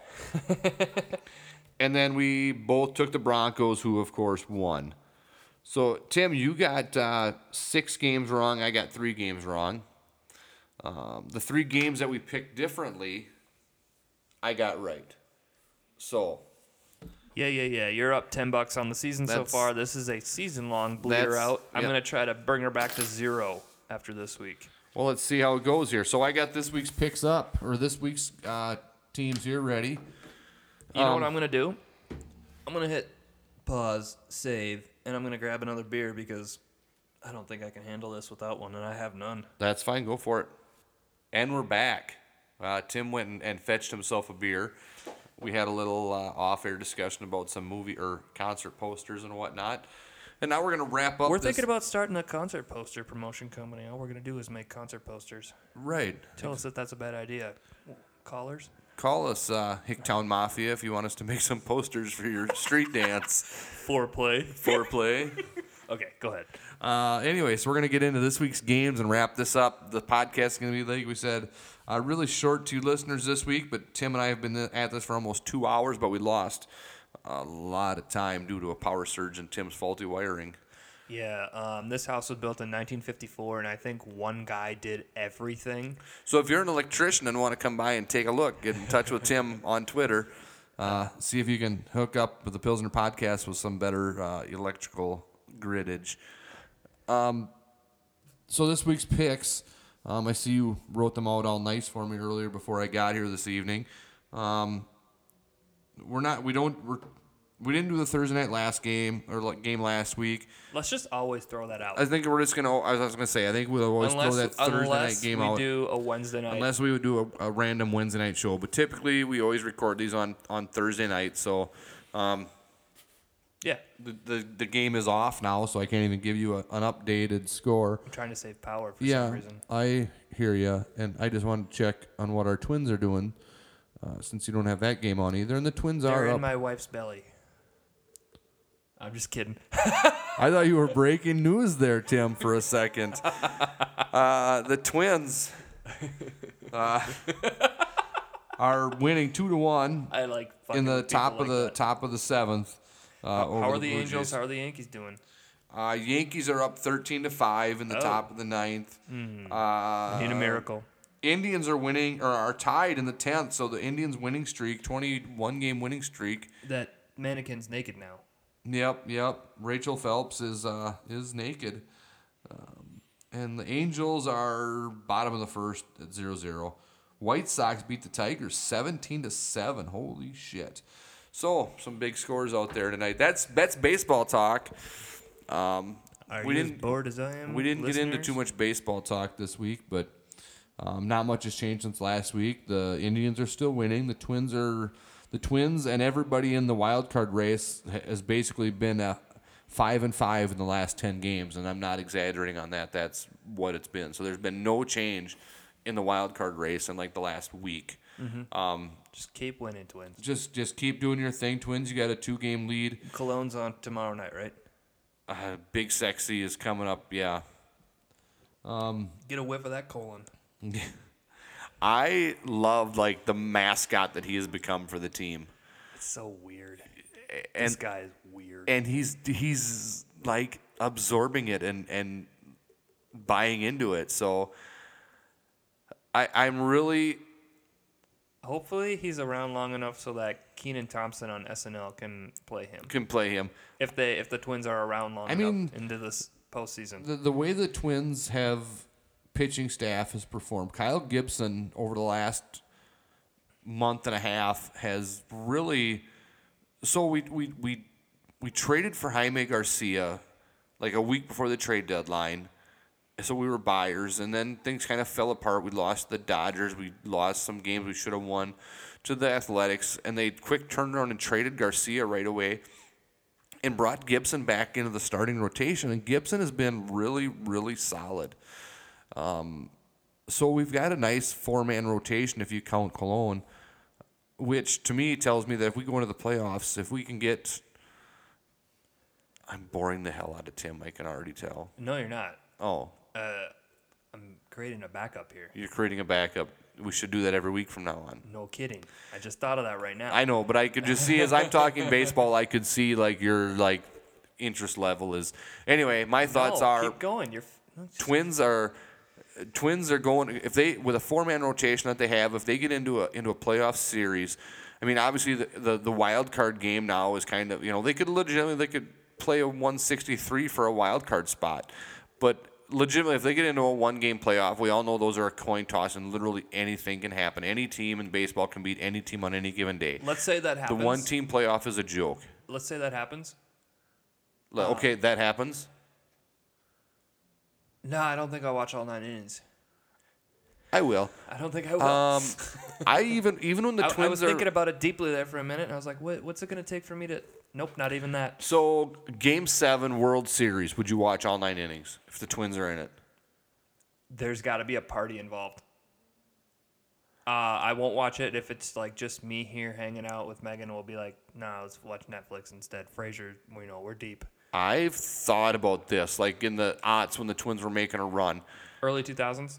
Speaker 3: And then we both took the Broncos, who of course won. So Tim, you got uh, six games wrong. I got three games wrong. Um, the three games that we picked differently, I got right. So
Speaker 2: Yeah, yeah, yeah. You're up ten bucks on the season
Speaker 3: That's-
Speaker 2: so far. This is a season long bleed her
Speaker 3: That's-
Speaker 2: out. I'm
Speaker 3: yep.
Speaker 2: gonna try to bring her back to zero after this week.
Speaker 3: Well, let's see how it goes here. So I got this week's picks up, or this week's uh, teams here ready.
Speaker 2: You know what I'm gonna do? Um, I'm gonna hit pause, save, and I'm gonna grab another beer because I don't think I can handle this without one, and I have none.
Speaker 3: That's fine. Go for it. And we're back. Uh, Tim went and, and fetched himself a beer. We had a little uh, off-air discussion about some movie or concert posters and whatnot. And now we're gonna wrap up.
Speaker 2: We're
Speaker 3: this-
Speaker 2: thinking about starting a concert poster promotion company. All we're gonna do is make concert posters.
Speaker 3: right.
Speaker 2: Tell us if that's a bad idea, callers.
Speaker 3: Call us uh, Hicktown Mafia if you want us to make some posters for your street dance
Speaker 2: Foreplay.
Speaker 3: foreplay.
Speaker 2: Okay, go ahead.
Speaker 3: Uh, anyway, so we're going to get into this week's games and wrap this up. The podcast is going to be, like we said, uh, really short to listeners this week, but Tim and I have been at this for almost two hours, but we lost a lot of time due to a power surge and Tim's faulty wiring.
Speaker 2: Yeah, um, this house was built in 1954, and I think one guy did everything.
Speaker 3: So if you're an electrician and want to come by and take a look, get in touch with Tim on Twitter. Uh, see if you can hook up with the Pilsner podcast with some better uh, electrical griddage. Um, So this week's picks, um, I see you wrote them out all nice for me earlier before I got here this evening. Um, we're not, we don't, we're, we didn't do the Thursday night last game or like game last week.
Speaker 2: Let's just always throw that out.
Speaker 3: I think we're just gonna. I was gonna say. I think we'll always
Speaker 2: unless
Speaker 3: throw that Thursday night
Speaker 2: unless
Speaker 3: game
Speaker 2: we
Speaker 3: out
Speaker 2: do a Wednesday night.
Speaker 3: unless we would do a, a random Wednesday night show. But typically, we always record these on on Thursday night. So um,
Speaker 2: yeah,
Speaker 3: the, the the game is off now, so I can't even give you a, an updated score.
Speaker 2: I'm trying to save power for
Speaker 3: Yeah,
Speaker 2: some reason.
Speaker 3: I hear you, and I just wanted to check on what our twins are doing, uh, since you don't have that game on either. And the twins
Speaker 2: They're
Speaker 3: are up.
Speaker 2: in my wife's belly. I'm just kidding.
Speaker 3: I thought you were breaking news there, Tim, for a second. Uh, the twins. Uh, are winning two to one
Speaker 2: I like fucking
Speaker 3: in the
Speaker 2: with people
Speaker 3: top of
Speaker 2: like
Speaker 3: the
Speaker 2: that.
Speaker 3: top of the seventh. Uh,
Speaker 2: How
Speaker 3: over
Speaker 2: are the
Speaker 3: Blue
Speaker 2: Angels?
Speaker 3: Jays.
Speaker 2: How are the Yankees doing?
Speaker 3: Uh, Yankees are up 13 to 5 in the
Speaker 2: Oh. Hmm.
Speaker 3: top of the ninth. Uh,
Speaker 2: Need a miracle.
Speaker 3: Indians are winning or are tied in the 10th. So the Indians' winning streak, 21 game winning streak.
Speaker 2: That mannequin's naked now.
Speaker 3: Yep, yep. Rachel Phelps is uh, is naked. Um, and the Angels are bottom of the first at 0 0. White Sox beat the Tigers 17 to 7. Holy shit. So, some big scores out there tonight. That's that's baseball talk. Um,
Speaker 2: Are
Speaker 3: we
Speaker 2: you
Speaker 3: didn't
Speaker 2: as bored as I am?
Speaker 3: we didn't get into
Speaker 2: listeners?
Speaker 3: too much baseball talk this week, but um, not much has changed since last week. The Indians are still winning. The Twins are the Twins, and everybody in the wild card race ha- has basically been a five and five in the last ten games, and I'm not exaggerating on that. That's what it's been. So there's been no change in the wild card race in like the last week. Um,
Speaker 2: Just keep winning, twins.
Speaker 3: just just keep doing your thing, Twins. You got a two game lead.
Speaker 2: Cologne's on tomorrow night, right?
Speaker 3: Uh, Big sexy is coming up. Yeah,
Speaker 2: Get a whiff of that colon.
Speaker 3: I love like the mascot that he has become for the team,
Speaker 2: It's so weird. this
Speaker 3: and
Speaker 2: guy is weird.
Speaker 3: and he's he's like absorbing it and and buying into it. So I I'm really
Speaker 2: Hopefully, he's around long enough so that Keenan Thompson on SNL can play him.
Speaker 3: can play him.
Speaker 2: If they if the Twins are around long
Speaker 3: I
Speaker 2: enough
Speaker 3: mean-
Speaker 2: into this postseason,
Speaker 5: the, the way the Twins have pitching staff has performed, Kyle Gibson over the last
Speaker 3: month and a half has really so we we we we traded for Jaime Garcia like a week before the trade deadline. So we were buyers and then things kind of fell apart. We lost the Dodgers, we lost some games we should have won to the Athletics and they quick turned around and traded Garcia right away and brought Gibson back into the starting rotation and Gibson has been really really solid. Um, So we've got a nice four man rotation if you count Cologne, which to me tells me that if we go into the playoffs, if we can get. I'm boring the hell out of Tim, I can already tell.
Speaker 2: no, you're not.
Speaker 3: Oh,
Speaker 2: I'm creating a backup here.
Speaker 3: you're creating a backup. We should do that every week from now on.
Speaker 2: No kidding. I just thought of that right now.
Speaker 3: I know, but I could just see as I'm talking baseball, I could see like your like interest level is. Anyway, my thoughts
Speaker 2: No,
Speaker 3: are
Speaker 2: keep going. You're f- no, just-
Speaker 3: Twins are Twins are going if they with a four man rotation that they have, if they get into a into a playoff series, I mean obviously the, the the wild card game now is kind of you know they could legitimately they could play a 163 for a wild card spot, but legitimately if they get into a one game playoff, we all know those are a coin toss and literally anything can happen. Any team in baseball can beat any team on any given day.
Speaker 2: let's say that
Speaker 3: the
Speaker 2: happens.
Speaker 3: one team playoff is a joke.
Speaker 2: Let's say that happens.
Speaker 3: Like,
Speaker 2: Uh-huh.
Speaker 3: okay, that happens.
Speaker 2: No, I don't think I'll watch all nine innings.
Speaker 3: I will.
Speaker 2: I don't think I will.
Speaker 3: Um, I even even when the
Speaker 2: I,
Speaker 3: Twins
Speaker 2: I was
Speaker 3: are
Speaker 2: thinking about it deeply there for a minute, and I was like, what, what's it going to take for me to. Nope, not even that.
Speaker 3: So, Game Seven World Series, would you watch all nine innings if the Twins are in it?
Speaker 2: There's got to be a party involved. Uh, I won't watch it if it's like just me here hanging out with Megan. We'll be like, no, let's watch Netflix instead. Frasier, we know we're deep.
Speaker 3: I've thought about this, like in the aughts when the Twins were making a run.
Speaker 2: Early 2000s,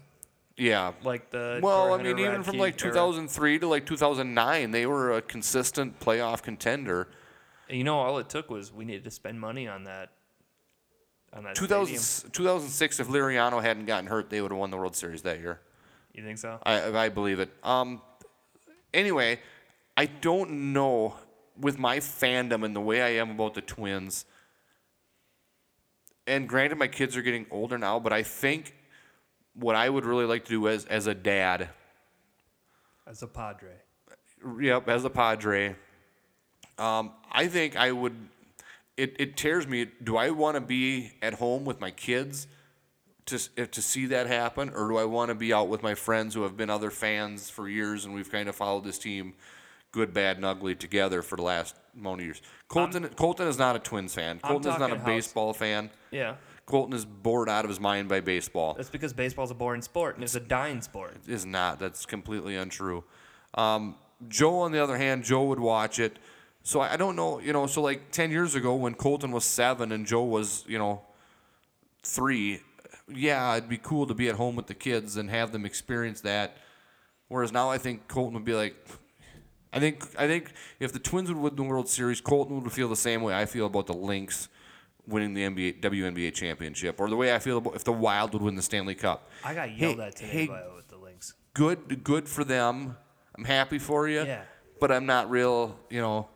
Speaker 3: Yeah.
Speaker 2: like the.
Speaker 3: Well,
Speaker 2: Thor
Speaker 3: I mean,
Speaker 2: Henry
Speaker 3: even from
Speaker 2: Radke
Speaker 3: like
Speaker 2: era.
Speaker 3: 2003 to like 2009, they were a consistent playoff contender.
Speaker 2: You know, all it took was we needed to spend money on that. On that 2000.
Speaker 3: 2000, 2006, if Liriano hadn't gotten hurt, they would have won the World Series that year.
Speaker 2: You think so?
Speaker 3: I, I believe it. Um, anyway, I don't know with my fandom and the way I am about the twins. And granted, my kids are getting older now, but I think what I would really like to do as as a dad,
Speaker 2: As a Padre.
Speaker 3: yep, as a Padre, um, I think I would. It, it tears me. Do I want to be at home with my kids to s- eh, to see that happen, or do I want to be out with my friends who have been other fans for years and we've kind of followed this team, good, bad, and ugly together for the last amount of years? Colton Colton is not a Twins fan.
Speaker 2: I'm
Speaker 3: Colton is not a
Speaker 2: talking house.
Speaker 3: baseball fan.
Speaker 2: Yeah.
Speaker 3: Colton is bored out of his mind by baseball.
Speaker 2: That's because baseball's a boring sport and it's a dying sport.
Speaker 3: is not. That's completely untrue. Um, Joe, on the other hand, Joe would watch it. So I I don't know, you know. So like ten years ago, when Colton was seven and Joe was, you know, three, yeah, it'd be cool to be at home with the kids and have them experience that. Whereas now, I think Colton would be like, I think I think if the Twins would win the World Series, Colton would feel the same way I feel about the Lynx winning the NBA, WNBA championship, or the way I feel about if the Wild would win the Stanley Cup.
Speaker 2: I got yelled
Speaker 3: Hey,
Speaker 2: at today
Speaker 3: hey,
Speaker 2: by with the links.
Speaker 3: good good for them. I'm happy for you.
Speaker 2: Yeah.
Speaker 3: But I'm not real, you know.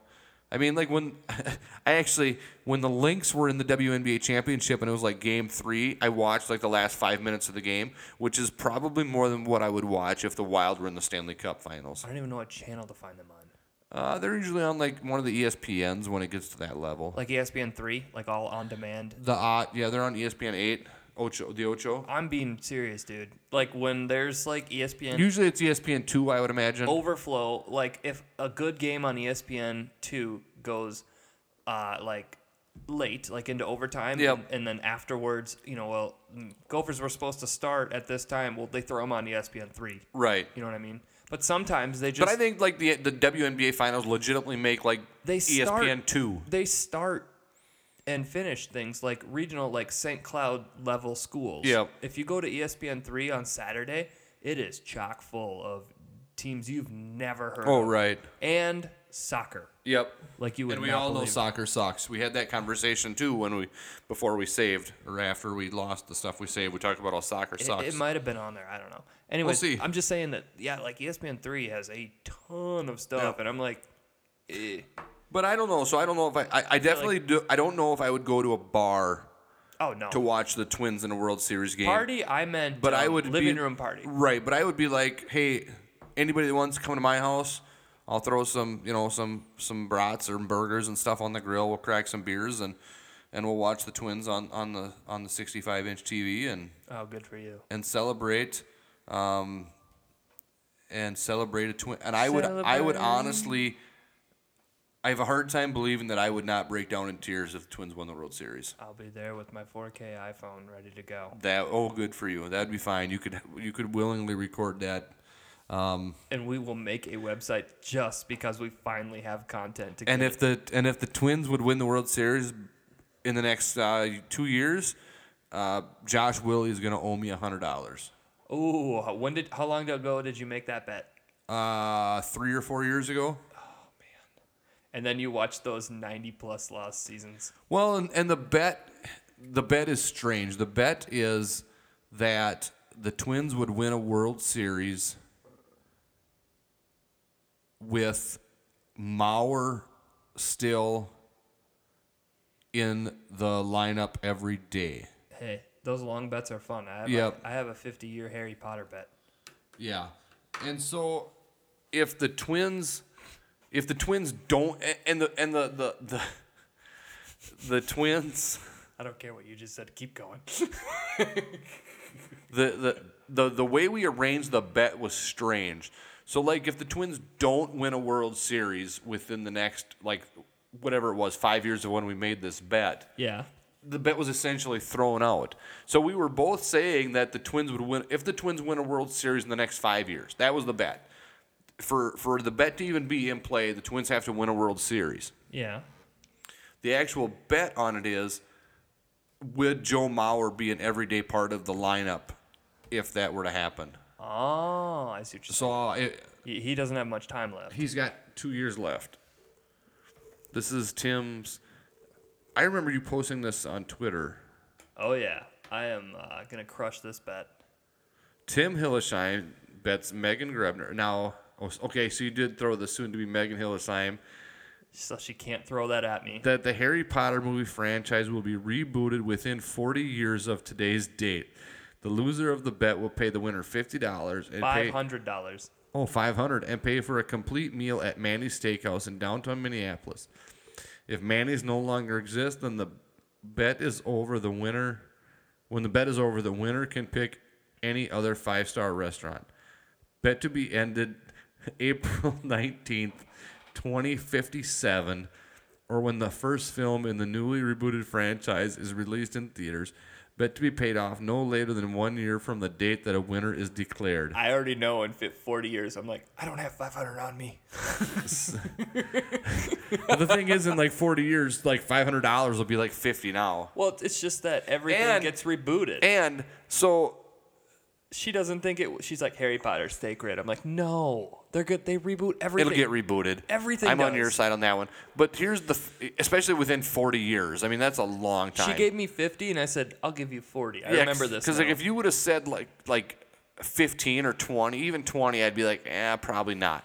Speaker 3: I mean, like when I actually when the Lynx were in the WNBA championship and it was like game three, I watched like the last five minutes of the game, which is probably more than what I would watch if the Wild were in the Stanley Cup Finals.
Speaker 2: I don't even know what channel to find them on.
Speaker 3: Uh, they're usually on like one of the E ESPNs when it gets to that level.
Speaker 2: Like E ESPN three, like all on demand.
Speaker 3: The uh, yeah, they're on ESPN eight. Ocho, the Ocho.
Speaker 2: I'm being serious, dude. Like when there's like E ESPN
Speaker 3: Usually it's E ESPN two, I would imagine.
Speaker 2: Oh. overflow, like if a good game on E ESPN two goes uh like late, like into overtime,
Speaker 3: Yep.
Speaker 2: and, and then afterwards, you know, well, mm, Gophers were supposed to start at this time. Well, they throw them on E ESPN three.
Speaker 3: Right.
Speaker 2: You know what I mean? But sometimes they just
Speaker 3: But I think like the the WNBA finals legitimately make like E
Speaker 2: they start,
Speaker 3: ESPN two.
Speaker 2: They start and finish things like regional, like St. Cloud level schools.
Speaker 3: Yep.
Speaker 2: If you go to E ESPN three on Saturday, it is chock full of teams you've never heard.
Speaker 3: Oh
Speaker 2: of.
Speaker 3: right.
Speaker 2: And soccer,
Speaker 3: Yep.
Speaker 2: like you would.
Speaker 3: and we
Speaker 2: not
Speaker 3: all know
Speaker 2: believe.
Speaker 3: soccer sucks. We had that conversation too when we before we saved or after we lost the stuff we saved. We talked about how soccer
Speaker 2: It-
Speaker 3: sucks.
Speaker 2: It, might have been on there. I don't know. Anyways,
Speaker 3: see.
Speaker 2: I'm just saying that. Yeah, like E ESPN three has a ton of stuff,
Speaker 3: Yep.
Speaker 2: and I'm like, eh.
Speaker 3: but I don't know. So I don't know if I I, I definitely do. I don't know if I would go to a bar
Speaker 2: oh no,
Speaker 3: to watch the Twins in a World Series game.
Speaker 2: party. I meant,
Speaker 3: but I
Speaker 2: um,
Speaker 3: would
Speaker 2: living
Speaker 3: be,
Speaker 2: room party.
Speaker 3: Right, but I would be like, hey, anybody that wants to come to my house, I'll throw some, you know, some some brats or burgers and stuff on the grill. We'll crack some beers and and we'll watch the Twins on on the on the 65 inch TV and
Speaker 2: Oh, good for you.
Speaker 3: and celebrate, um, and celebrate a twin. And I would I would
Speaker 2: Celebrate.
Speaker 3: honestly. I have a hard time believing that I would not break down in tears if the Twins won the World Series.
Speaker 2: I'll be there with my 4K iPhone ready to go.
Speaker 3: That oh, good for you. That'd be fine. You could you could willingly record that
Speaker 2: And we will make a website just because we finally have content to
Speaker 3: And
Speaker 2: get.
Speaker 3: if the and if the Twins would win the World Series in the next uh, two years, uh, Josh Willie is gonna owe me hundred dollars.
Speaker 2: Ooh, how- when did how long ago did you make that bet?
Speaker 3: Uh, three or four years ago.
Speaker 2: And then you watched those 90 plus lost seasons.
Speaker 3: Well, and, and the bet, the bet is strange. The bet is that the Twins would win a World Series with Maurer still in the lineup every day.
Speaker 2: Hey, those long bets are fun. I have
Speaker 3: Yep.
Speaker 2: a, I have a 50 year Harry Potter bet.
Speaker 3: Yeah. And so if the twins if the twins don't a- and the and the the the, the twins
Speaker 2: I don't care what you just said. Keep going.
Speaker 3: the, the the the way we arranged the bet was strange. So like if the twins don't win a World Series within the next like whatever it was, five years of when we made this bet,
Speaker 2: Yeah.
Speaker 3: the bet was essentially thrown out. So we were both saying that the Twins would win if the Twins win a World Series in the next five years. That was the bet. For for the bet to even be in play, the Twins have to win a World Series.
Speaker 2: Yeah.
Speaker 3: The actual bet on it is would Joe Mauer be an everyday part of the lineup if that were to happen?
Speaker 2: Oh, I see what you're saying.
Speaker 3: So it,
Speaker 2: He, he doesn't have much time left.
Speaker 3: he's got two years left. This is Tim's. I remember you posting this on Twitter.
Speaker 2: Oh, yeah. I am uh, going to crush this bet.
Speaker 3: Tim Hillesheim bets Megan Grebner. Now, oh, okay, so you did throw the soon to be Megan Hillesheim
Speaker 2: So she can't throw that at me.
Speaker 3: that the Harry Potter movie franchise will be rebooted within 40 years of today's date. The loser of the bet will pay the winner $50 and pay
Speaker 2: $500.
Speaker 3: oh, 500 and pay for a complete meal at Manny's Steakhouse in downtown Minneapolis. If Manny's no longer exists, then the bet is over. The winner when the bet is over, the winner can pick any other five-star restaurant. Bet to be ended April 19th, 2057, or when the first film in the newly rebooted franchise is released in theaters. Bet to be paid off no later than one year from the date that a winner is declared.
Speaker 2: I already know in fit 40 years, I'm like, I don't have 500 on me.
Speaker 3: But the thing is, in like 40 years, like $500 will be like 50 now.
Speaker 2: Well, it's just that everything
Speaker 3: And-
Speaker 2: gets rebooted.
Speaker 3: And so
Speaker 6: she doesn't think it. She's like Harry Potter, stay grid. I'm like, no, they're good. They reboot everything.
Speaker 3: It'll get rebooted.
Speaker 6: Everything
Speaker 3: I'm on your
Speaker 6: does.
Speaker 3: side on that one. But here's the, f- especially within 40 years. I mean, that's a long time.
Speaker 6: She gave me 50, and I said, I'll give you 40. I remember this.
Speaker 3: Because like,
Speaker 6: now.
Speaker 3: if you would have said like like 15 or 20, even 20, I'd be like, eh, probably not.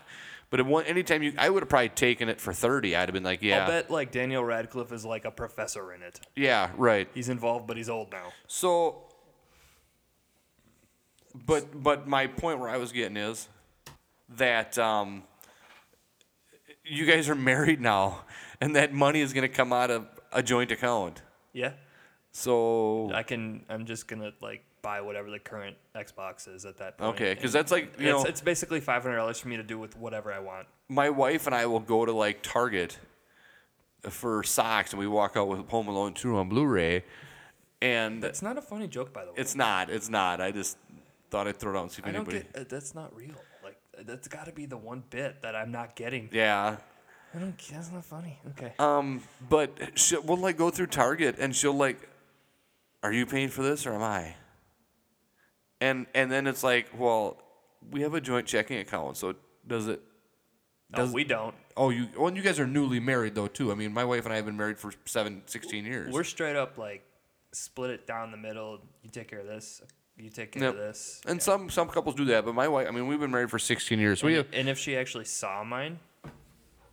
Speaker 3: But at one, anytime you, I would have probably taken it for 30. I'd have been like, yeah,
Speaker 2: I'll bet like Daniel Radcliffe is like a professor in it.
Speaker 3: yeah, right.
Speaker 2: He's involved, but he's old now.
Speaker 3: So, but but my point where I was getting is that um, you guys are married now, and that money is going to come out of a joint account.
Speaker 2: Yeah,
Speaker 3: So
Speaker 2: I can. I'm just gonna like buy whatever the current Xbox is at that point.
Speaker 3: okay, because
Speaker 2: And
Speaker 3: that's like you
Speaker 2: it's,
Speaker 3: know
Speaker 2: it's basically five hundred dollars for me to do with whatever I want.
Speaker 3: my wife and I will go to like Target for socks, and we walk out with Home Alone two on Blu-ray, and
Speaker 2: It's not a funny joke, by the way.
Speaker 3: it's not, it's not. I just thought I'd throw it out and see if
Speaker 2: I don't
Speaker 3: anybody.
Speaker 2: get. Uh, that's not real. Like uh, that's got to be the one bit that I'm not getting.
Speaker 3: yeah,
Speaker 2: I don't. That's not funny. Okay.
Speaker 3: Um, but she'll, we'll like go through Target, and she'll like, "Are you paying for this, or am I?" And and then it's like, well, we have a joint checking account, so does it?
Speaker 2: no, we don't.
Speaker 3: Oh, you. Well, and you guys are newly married though, too. I mean, my wife and I have been married for seven, 16 years.
Speaker 2: We're straight up like split it down the middle. You take care of this. You take care
Speaker 3: Yep.
Speaker 2: of this.
Speaker 3: And some some couples do that, but my wife. I mean, we've been married for 16 years. We have.
Speaker 2: And if she actually saw mine,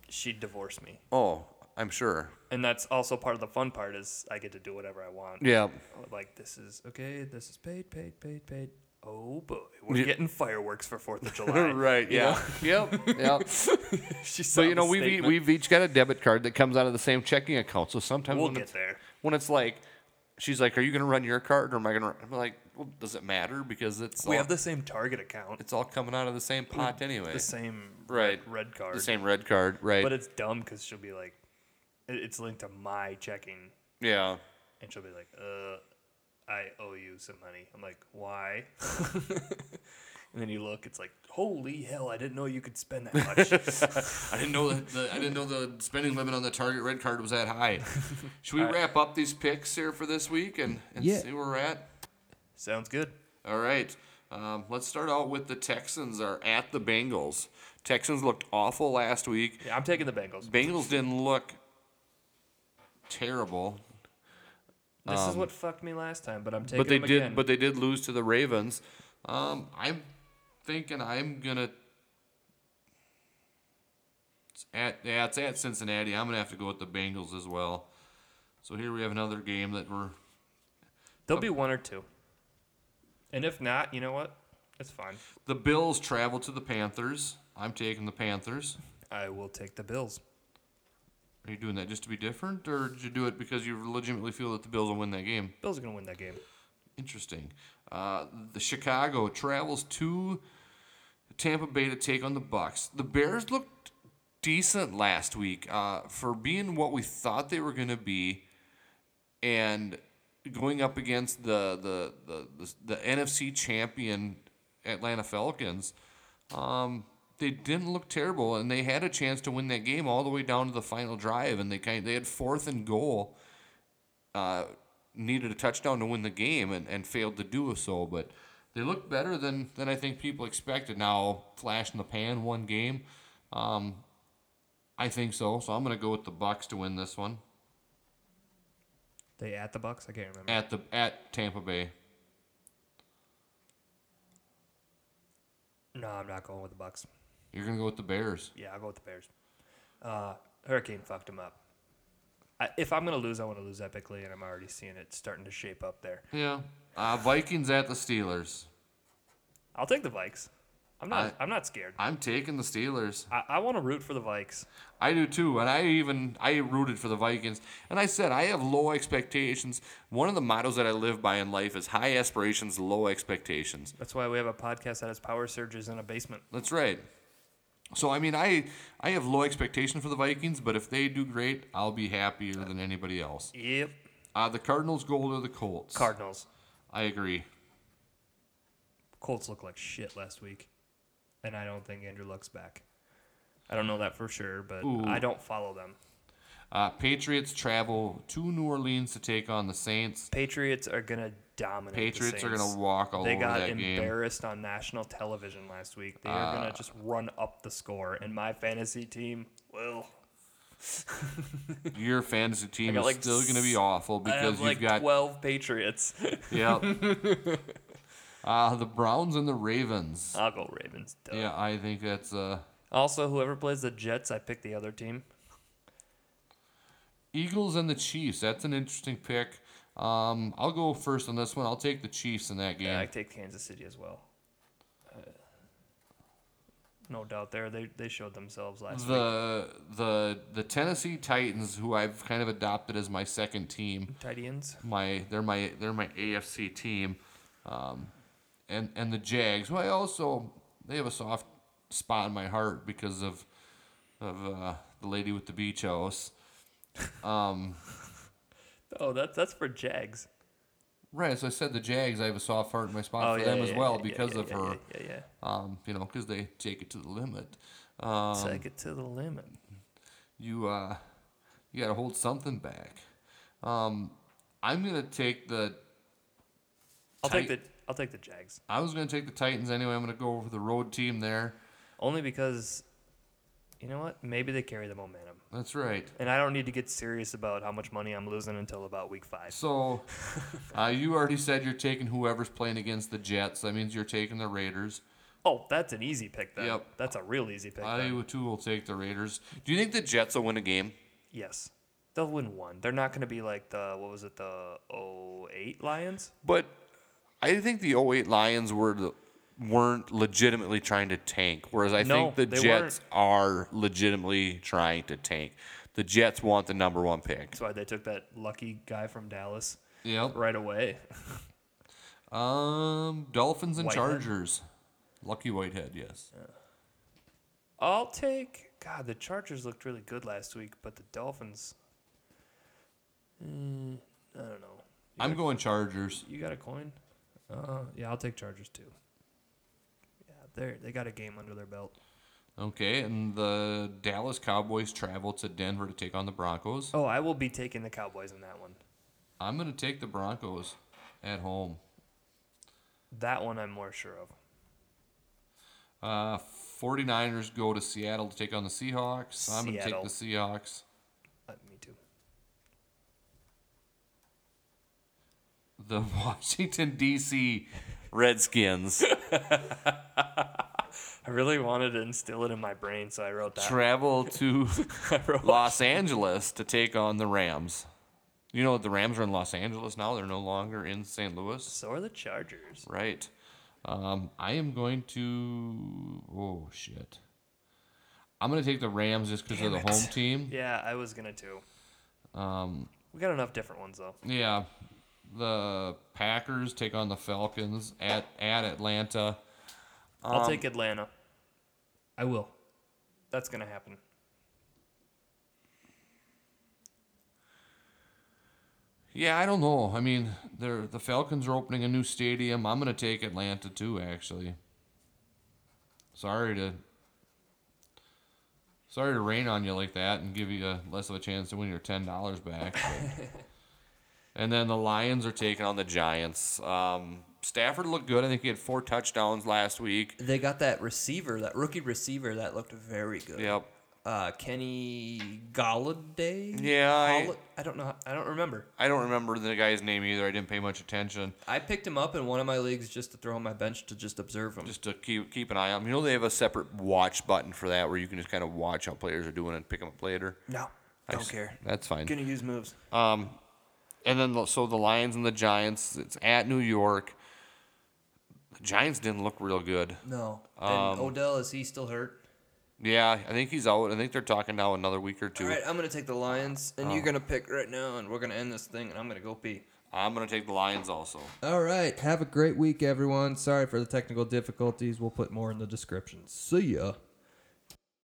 Speaker 2: she'd divorce me.
Speaker 3: Oh, I'm sure.
Speaker 2: And that's also part of the fun part is I get to do whatever I want.
Speaker 3: Yeah.
Speaker 2: Like this is okay. This is paid, paid, paid, paid. Oh boy, we're getting fireworks for Fourth of July.
Speaker 3: Right. Yeah. yep. Yep.
Speaker 2: She
Speaker 5: So
Speaker 2: saw
Speaker 5: you know
Speaker 2: the
Speaker 5: we've e-
Speaker 2: statement.
Speaker 5: we've each got a debit card that comes out of the same checking account. So sometimes
Speaker 2: we'll
Speaker 5: when,
Speaker 2: get
Speaker 5: it's,
Speaker 2: there.
Speaker 5: when it's like, she's like, "Are you gonna run your card or am I gonna?" Run? I'm like, "Well, does it matter because it's
Speaker 2: We
Speaker 5: all,
Speaker 2: have the same Target account.
Speaker 5: it's all coming out of the same pot anyway."
Speaker 2: the same
Speaker 5: Right.
Speaker 2: red, red card.
Speaker 5: The same red card, right?
Speaker 2: But it's dumb because she'll be like, it- it's linked to my checking,
Speaker 3: Yeah.
Speaker 2: and she'll be like, uh, I owe you some money. I'm like, why? and then you look, it's like, holy hell, I didn't know you could spend that much.
Speaker 3: I didn't know that. The, I didn't know the spending limit on the Target red card was that high. Should we wrap up these picks here for this week and, and
Speaker 5: Yeah.
Speaker 3: see where we're at?
Speaker 2: Sounds good.
Speaker 3: All right. Um, let's start out with the Texans are at the Bengals. Texans looked awful last week.
Speaker 2: Yeah, I'm taking the Bengals.
Speaker 3: Bengals didn't look terrible.
Speaker 2: This is what fucked me last time, but I'm taking.
Speaker 3: but they
Speaker 2: them
Speaker 3: did
Speaker 2: Again.
Speaker 3: but they did lose to the Ravens. Um, I'm thinking I'm gonna it's at yeah, it's at Cincinnati. I'm gonna have to go with the Bengals as well. So here we have another game that we're
Speaker 2: there'll be one or two. And if not, you know what? It's fine.
Speaker 3: the Bills travel to the Panthers. I'm taking the Panthers.
Speaker 2: I will take the Bills.
Speaker 3: Are you doing that just to be different, or did you do it because you legitimately feel that the Bills will win that game?
Speaker 2: Bills are gonna win that game.
Speaker 3: Interesting. Uh, the Chicago travels to Tampa Bay to take on the Bucks. The Bears looked decent last week uh, for being what we thought they were going to be, and going up against the the the, the, the NFC champion Atlanta Falcons. Um, they didn't look terrible, and they had a chance to win that game all the way down to the final drive, and they kind they had fourth and goal uh, needed a touchdown to win the game and, and failed to do so. But they looked better than, than I think people expected. Now, flash in the pan, one game. Um, I think so. So I'm going to go with the Bucks to win this one
Speaker 2: They at the Bucks. I can't remember.
Speaker 3: at the at Tampa Bay.
Speaker 2: No, I'm not going with the Bucks.
Speaker 3: You're going to go with the Bears.
Speaker 2: Yeah, I'll go with the Bears. Uh, Hurricane fucked him up. I, if I'm gonna lose, I want to lose epically, and I'm already seeing it starting to shape up there.
Speaker 3: Yeah. Uh, Vikings at the Steelers.
Speaker 2: I'll take the Vikes. I'm not. I, am not scared.
Speaker 3: I'm taking the Steelers.
Speaker 2: I, I want to root for the Vikes.
Speaker 3: I do too, and I even I rooted for the Vikings. And I said I have low expectations. One of the mottos that I live by in life is high aspirations, low expectations.
Speaker 2: That's why we have a podcast that has power surges in a basement.
Speaker 3: That's right. So I mean, I I have low expectation for the Vikings, but if they do great, I'll be happier than anybody else.
Speaker 2: Yep.
Speaker 3: Uh, the Cardinals go to the Colts.
Speaker 2: Cardinals.
Speaker 3: I agree.
Speaker 2: Colts look like shit last week, and I don't think Andrew Luck's back. I don't know that for sure, but I don't follow them.
Speaker 3: Uh, Patriots travel to New Orleans to take on the Saints.
Speaker 2: Patriots are gonna dominate. the
Speaker 3: Patriots are gonna
Speaker 2: Saints.
Speaker 3: walk all
Speaker 2: they
Speaker 3: over
Speaker 2: got
Speaker 3: that game. Ah.
Speaker 2: embarrassed on national television last week. They are gonna just run up the score, and my fantasy team will.
Speaker 3: Your fantasy team
Speaker 2: got
Speaker 3: is
Speaker 2: like
Speaker 3: still going to be
Speaker 2: s-
Speaker 3: awful
Speaker 2: I
Speaker 3: because
Speaker 2: have
Speaker 3: you've
Speaker 2: like
Speaker 3: got
Speaker 2: twelve Patriots.
Speaker 3: Yep. uh, the Browns and the Ravens.
Speaker 2: I'll go Ravens. Duh.
Speaker 3: yeah, I think that's uh,
Speaker 2: Also, whoever plays the Jets, I pick the other team.
Speaker 3: Eagles and the Chiefs. That's an interesting pick. Um, I'll go first on this one. I'll take the Chiefs in that game.
Speaker 2: Yeah, I take Kansas City as well. Uh, no doubt there. They they showed themselves last week.
Speaker 3: the the the Tennessee Titans, who I've kind of adopted as my second team.
Speaker 2: Tight ends.
Speaker 3: my they're my they're my AFC team, um, and and the Jags. Who I also they have a soft spot in my heart because of of uh, the lady with the beach house.
Speaker 2: Oh, that's that's for Jags.
Speaker 3: Right, so I said the Jags. I have a soft heart in my spot
Speaker 2: Oh
Speaker 3: for
Speaker 2: yeah,
Speaker 3: them
Speaker 2: yeah,
Speaker 3: as
Speaker 2: yeah,
Speaker 3: well
Speaker 2: yeah,
Speaker 3: because
Speaker 2: yeah,
Speaker 3: of
Speaker 2: yeah,
Speaker 3: her.
Speaker 2: Yeah, yeah.
Speaker 3: Um, you know, because they take it to the limit. Um,
Speaker 2: Take it to the limit.
Speaker 3: you uh, you got to hold something back. Um, I'm gonna take the.
Speaker 2: I'll take the
Speaker 3: Tight-
Speaker 2: I'll take the Jags
Speaker 3: I was gonna take the Titans anyway. I'm gonna go over the road team there.
Speaker 2: only because, you know what? Maybe they carry the momentum,
Speaker 3: That's right.
Speaker 2: and I don't need to get serious about how much money I'm losing until about week five.
Speaker 3: So, uh, you already said you're taking whoever's playing against the Jets. That means you're taking the Raiders.
Speaker 2: Oh, that's an easy pick then.
Speaker 3: Yep.
Speaker 2: That's a real easy pick.
Speaker 3: I
Speaker 2: then.
Speaker 3: would- too will take the Raiders. Do you think the Jets will win a game?
Speaker 2: Yes. They'll win one. They're not going to be like the, what was it, the 08 Lions?
Speaker 3: But I think the 08 Lions were the, weren't legitimately trying to tank, whereas I
Speaker 2: No,
Speaker 3: think the
Speaker 2: they
Speaker 3: Jets are legitimately trying to tank. The Jets want the number one pick.
Speaker 2: That's why they took that lucky guy from Dallas
Speaker 3: Yep.
Speaker 2: right away.
Speaker 3: Um, Dolphins and
Speaker 2: Whitehead.
Speaker 3: Chargers. Lucky Whitehead, yes.
Speaker 2: I'll take, God, the Chargers looked really good last week, but the Dolphins, Mm, I don't know.
Speaker 3: I'm going Chargers.
Speaker 2: You got a coin? Uh, yeah, I'll take Chargers too. Yeah, they're, they got a game under their belt.
Speaker 3: Okay, and the Dallas Cowboys travel to Denver to take on the Broncos.
Speaker 2: Oh, I will be taking the Cowboys in that one.
Speaker 3: I'm going to take the Broncos at home.
Speaker 2: That one I'm more sure of.
Speaker 3: Uh, 49ers go to Seattle to take on the Seahawks. I'm going to take
Speaker 2: Seattle.
Speaker 3: the Seahawks.
Speaker 2: Uh, me too.
Speaker 3: The Washington, D.C. Redskins
Speaker 2: I really wanted to instill it in my brain, so I wrote that.
Speaker 3: travel to Los Angeles to take on the Rams. You know, the Rams are in Los Angeles now. They're no longer in St. Louis.
Speaker 2: So are the Chargers.
Speaker 3: Right. Um, I am going to. Oh shit. I'm gonna take the Rams just because they're the home team.
Speaker 2: Yeah, I was gonna too.
Speaker 3: Um,
Speaker 2: We got enough different ones though.
Speaker 3: yeah. The Packers take on the Falcons at at Atlanta.
Speaker 2: I'll
Speaker 6: Um,
Speaker 2: take Atlanta. I will. That's gonna happen.
Speaker 3: Yeah, I don't know. I mean, they're the Falcons are opening a new stadium. I'm gonna take Atlanta too. Actually. Sorry to. Sorry to rain on you like that and give you a, less of a chance to win your ten dollars back. but- and then the Lions are taking on the Giants. Um, Stafford looked good. I think he had four touchdowns last week.
Speaker 6: They got that receiver, that rookie receiver that looked very good.
Speaker 3: Yep.
Speaker 6: Uh, Kenny Galladay.
Speaker 3: Yeah, I-
Speaker 6: Golla- I, don't know. how- I don't remember.
Speaker 3: I don't remember the guy's name either. I didn't pay much attention.
Speaker 6: I picked him up in one of my leagues just to throw on my bench to just observe him.
Speaker 3: Just to keep keep an eye on him. You know they have a separate watch button for that where you can just kind of watch how players are doing and pick them up later.
Speaker 6: no,
Speaker 3: I
Speaker 6: don't
Speaker 3: s-
Speaker 6: care.
Speaker 3: That's fine.
Speaker 6: Gonna use moves.
Speaker 3: And then the- so the Lions and the Giants. It's at New York. The Giants didn't look real good.
Speaker 6: No. and Odell is he still hurt?
Speaker 3: Yeah, I think he's out. I think they're talking now another week or two.
Speaker 6: All right, I'm gonna take the Lions, and you're gonna pick right now, and we're gonna end this thing, and I'm gonna go pee.
Speaker 3: I'm gonna take the Lions also.
Speaker 6: All right, have a great week, everyone. Sorry for the technical difficulties. We'll put more in the description. See ya.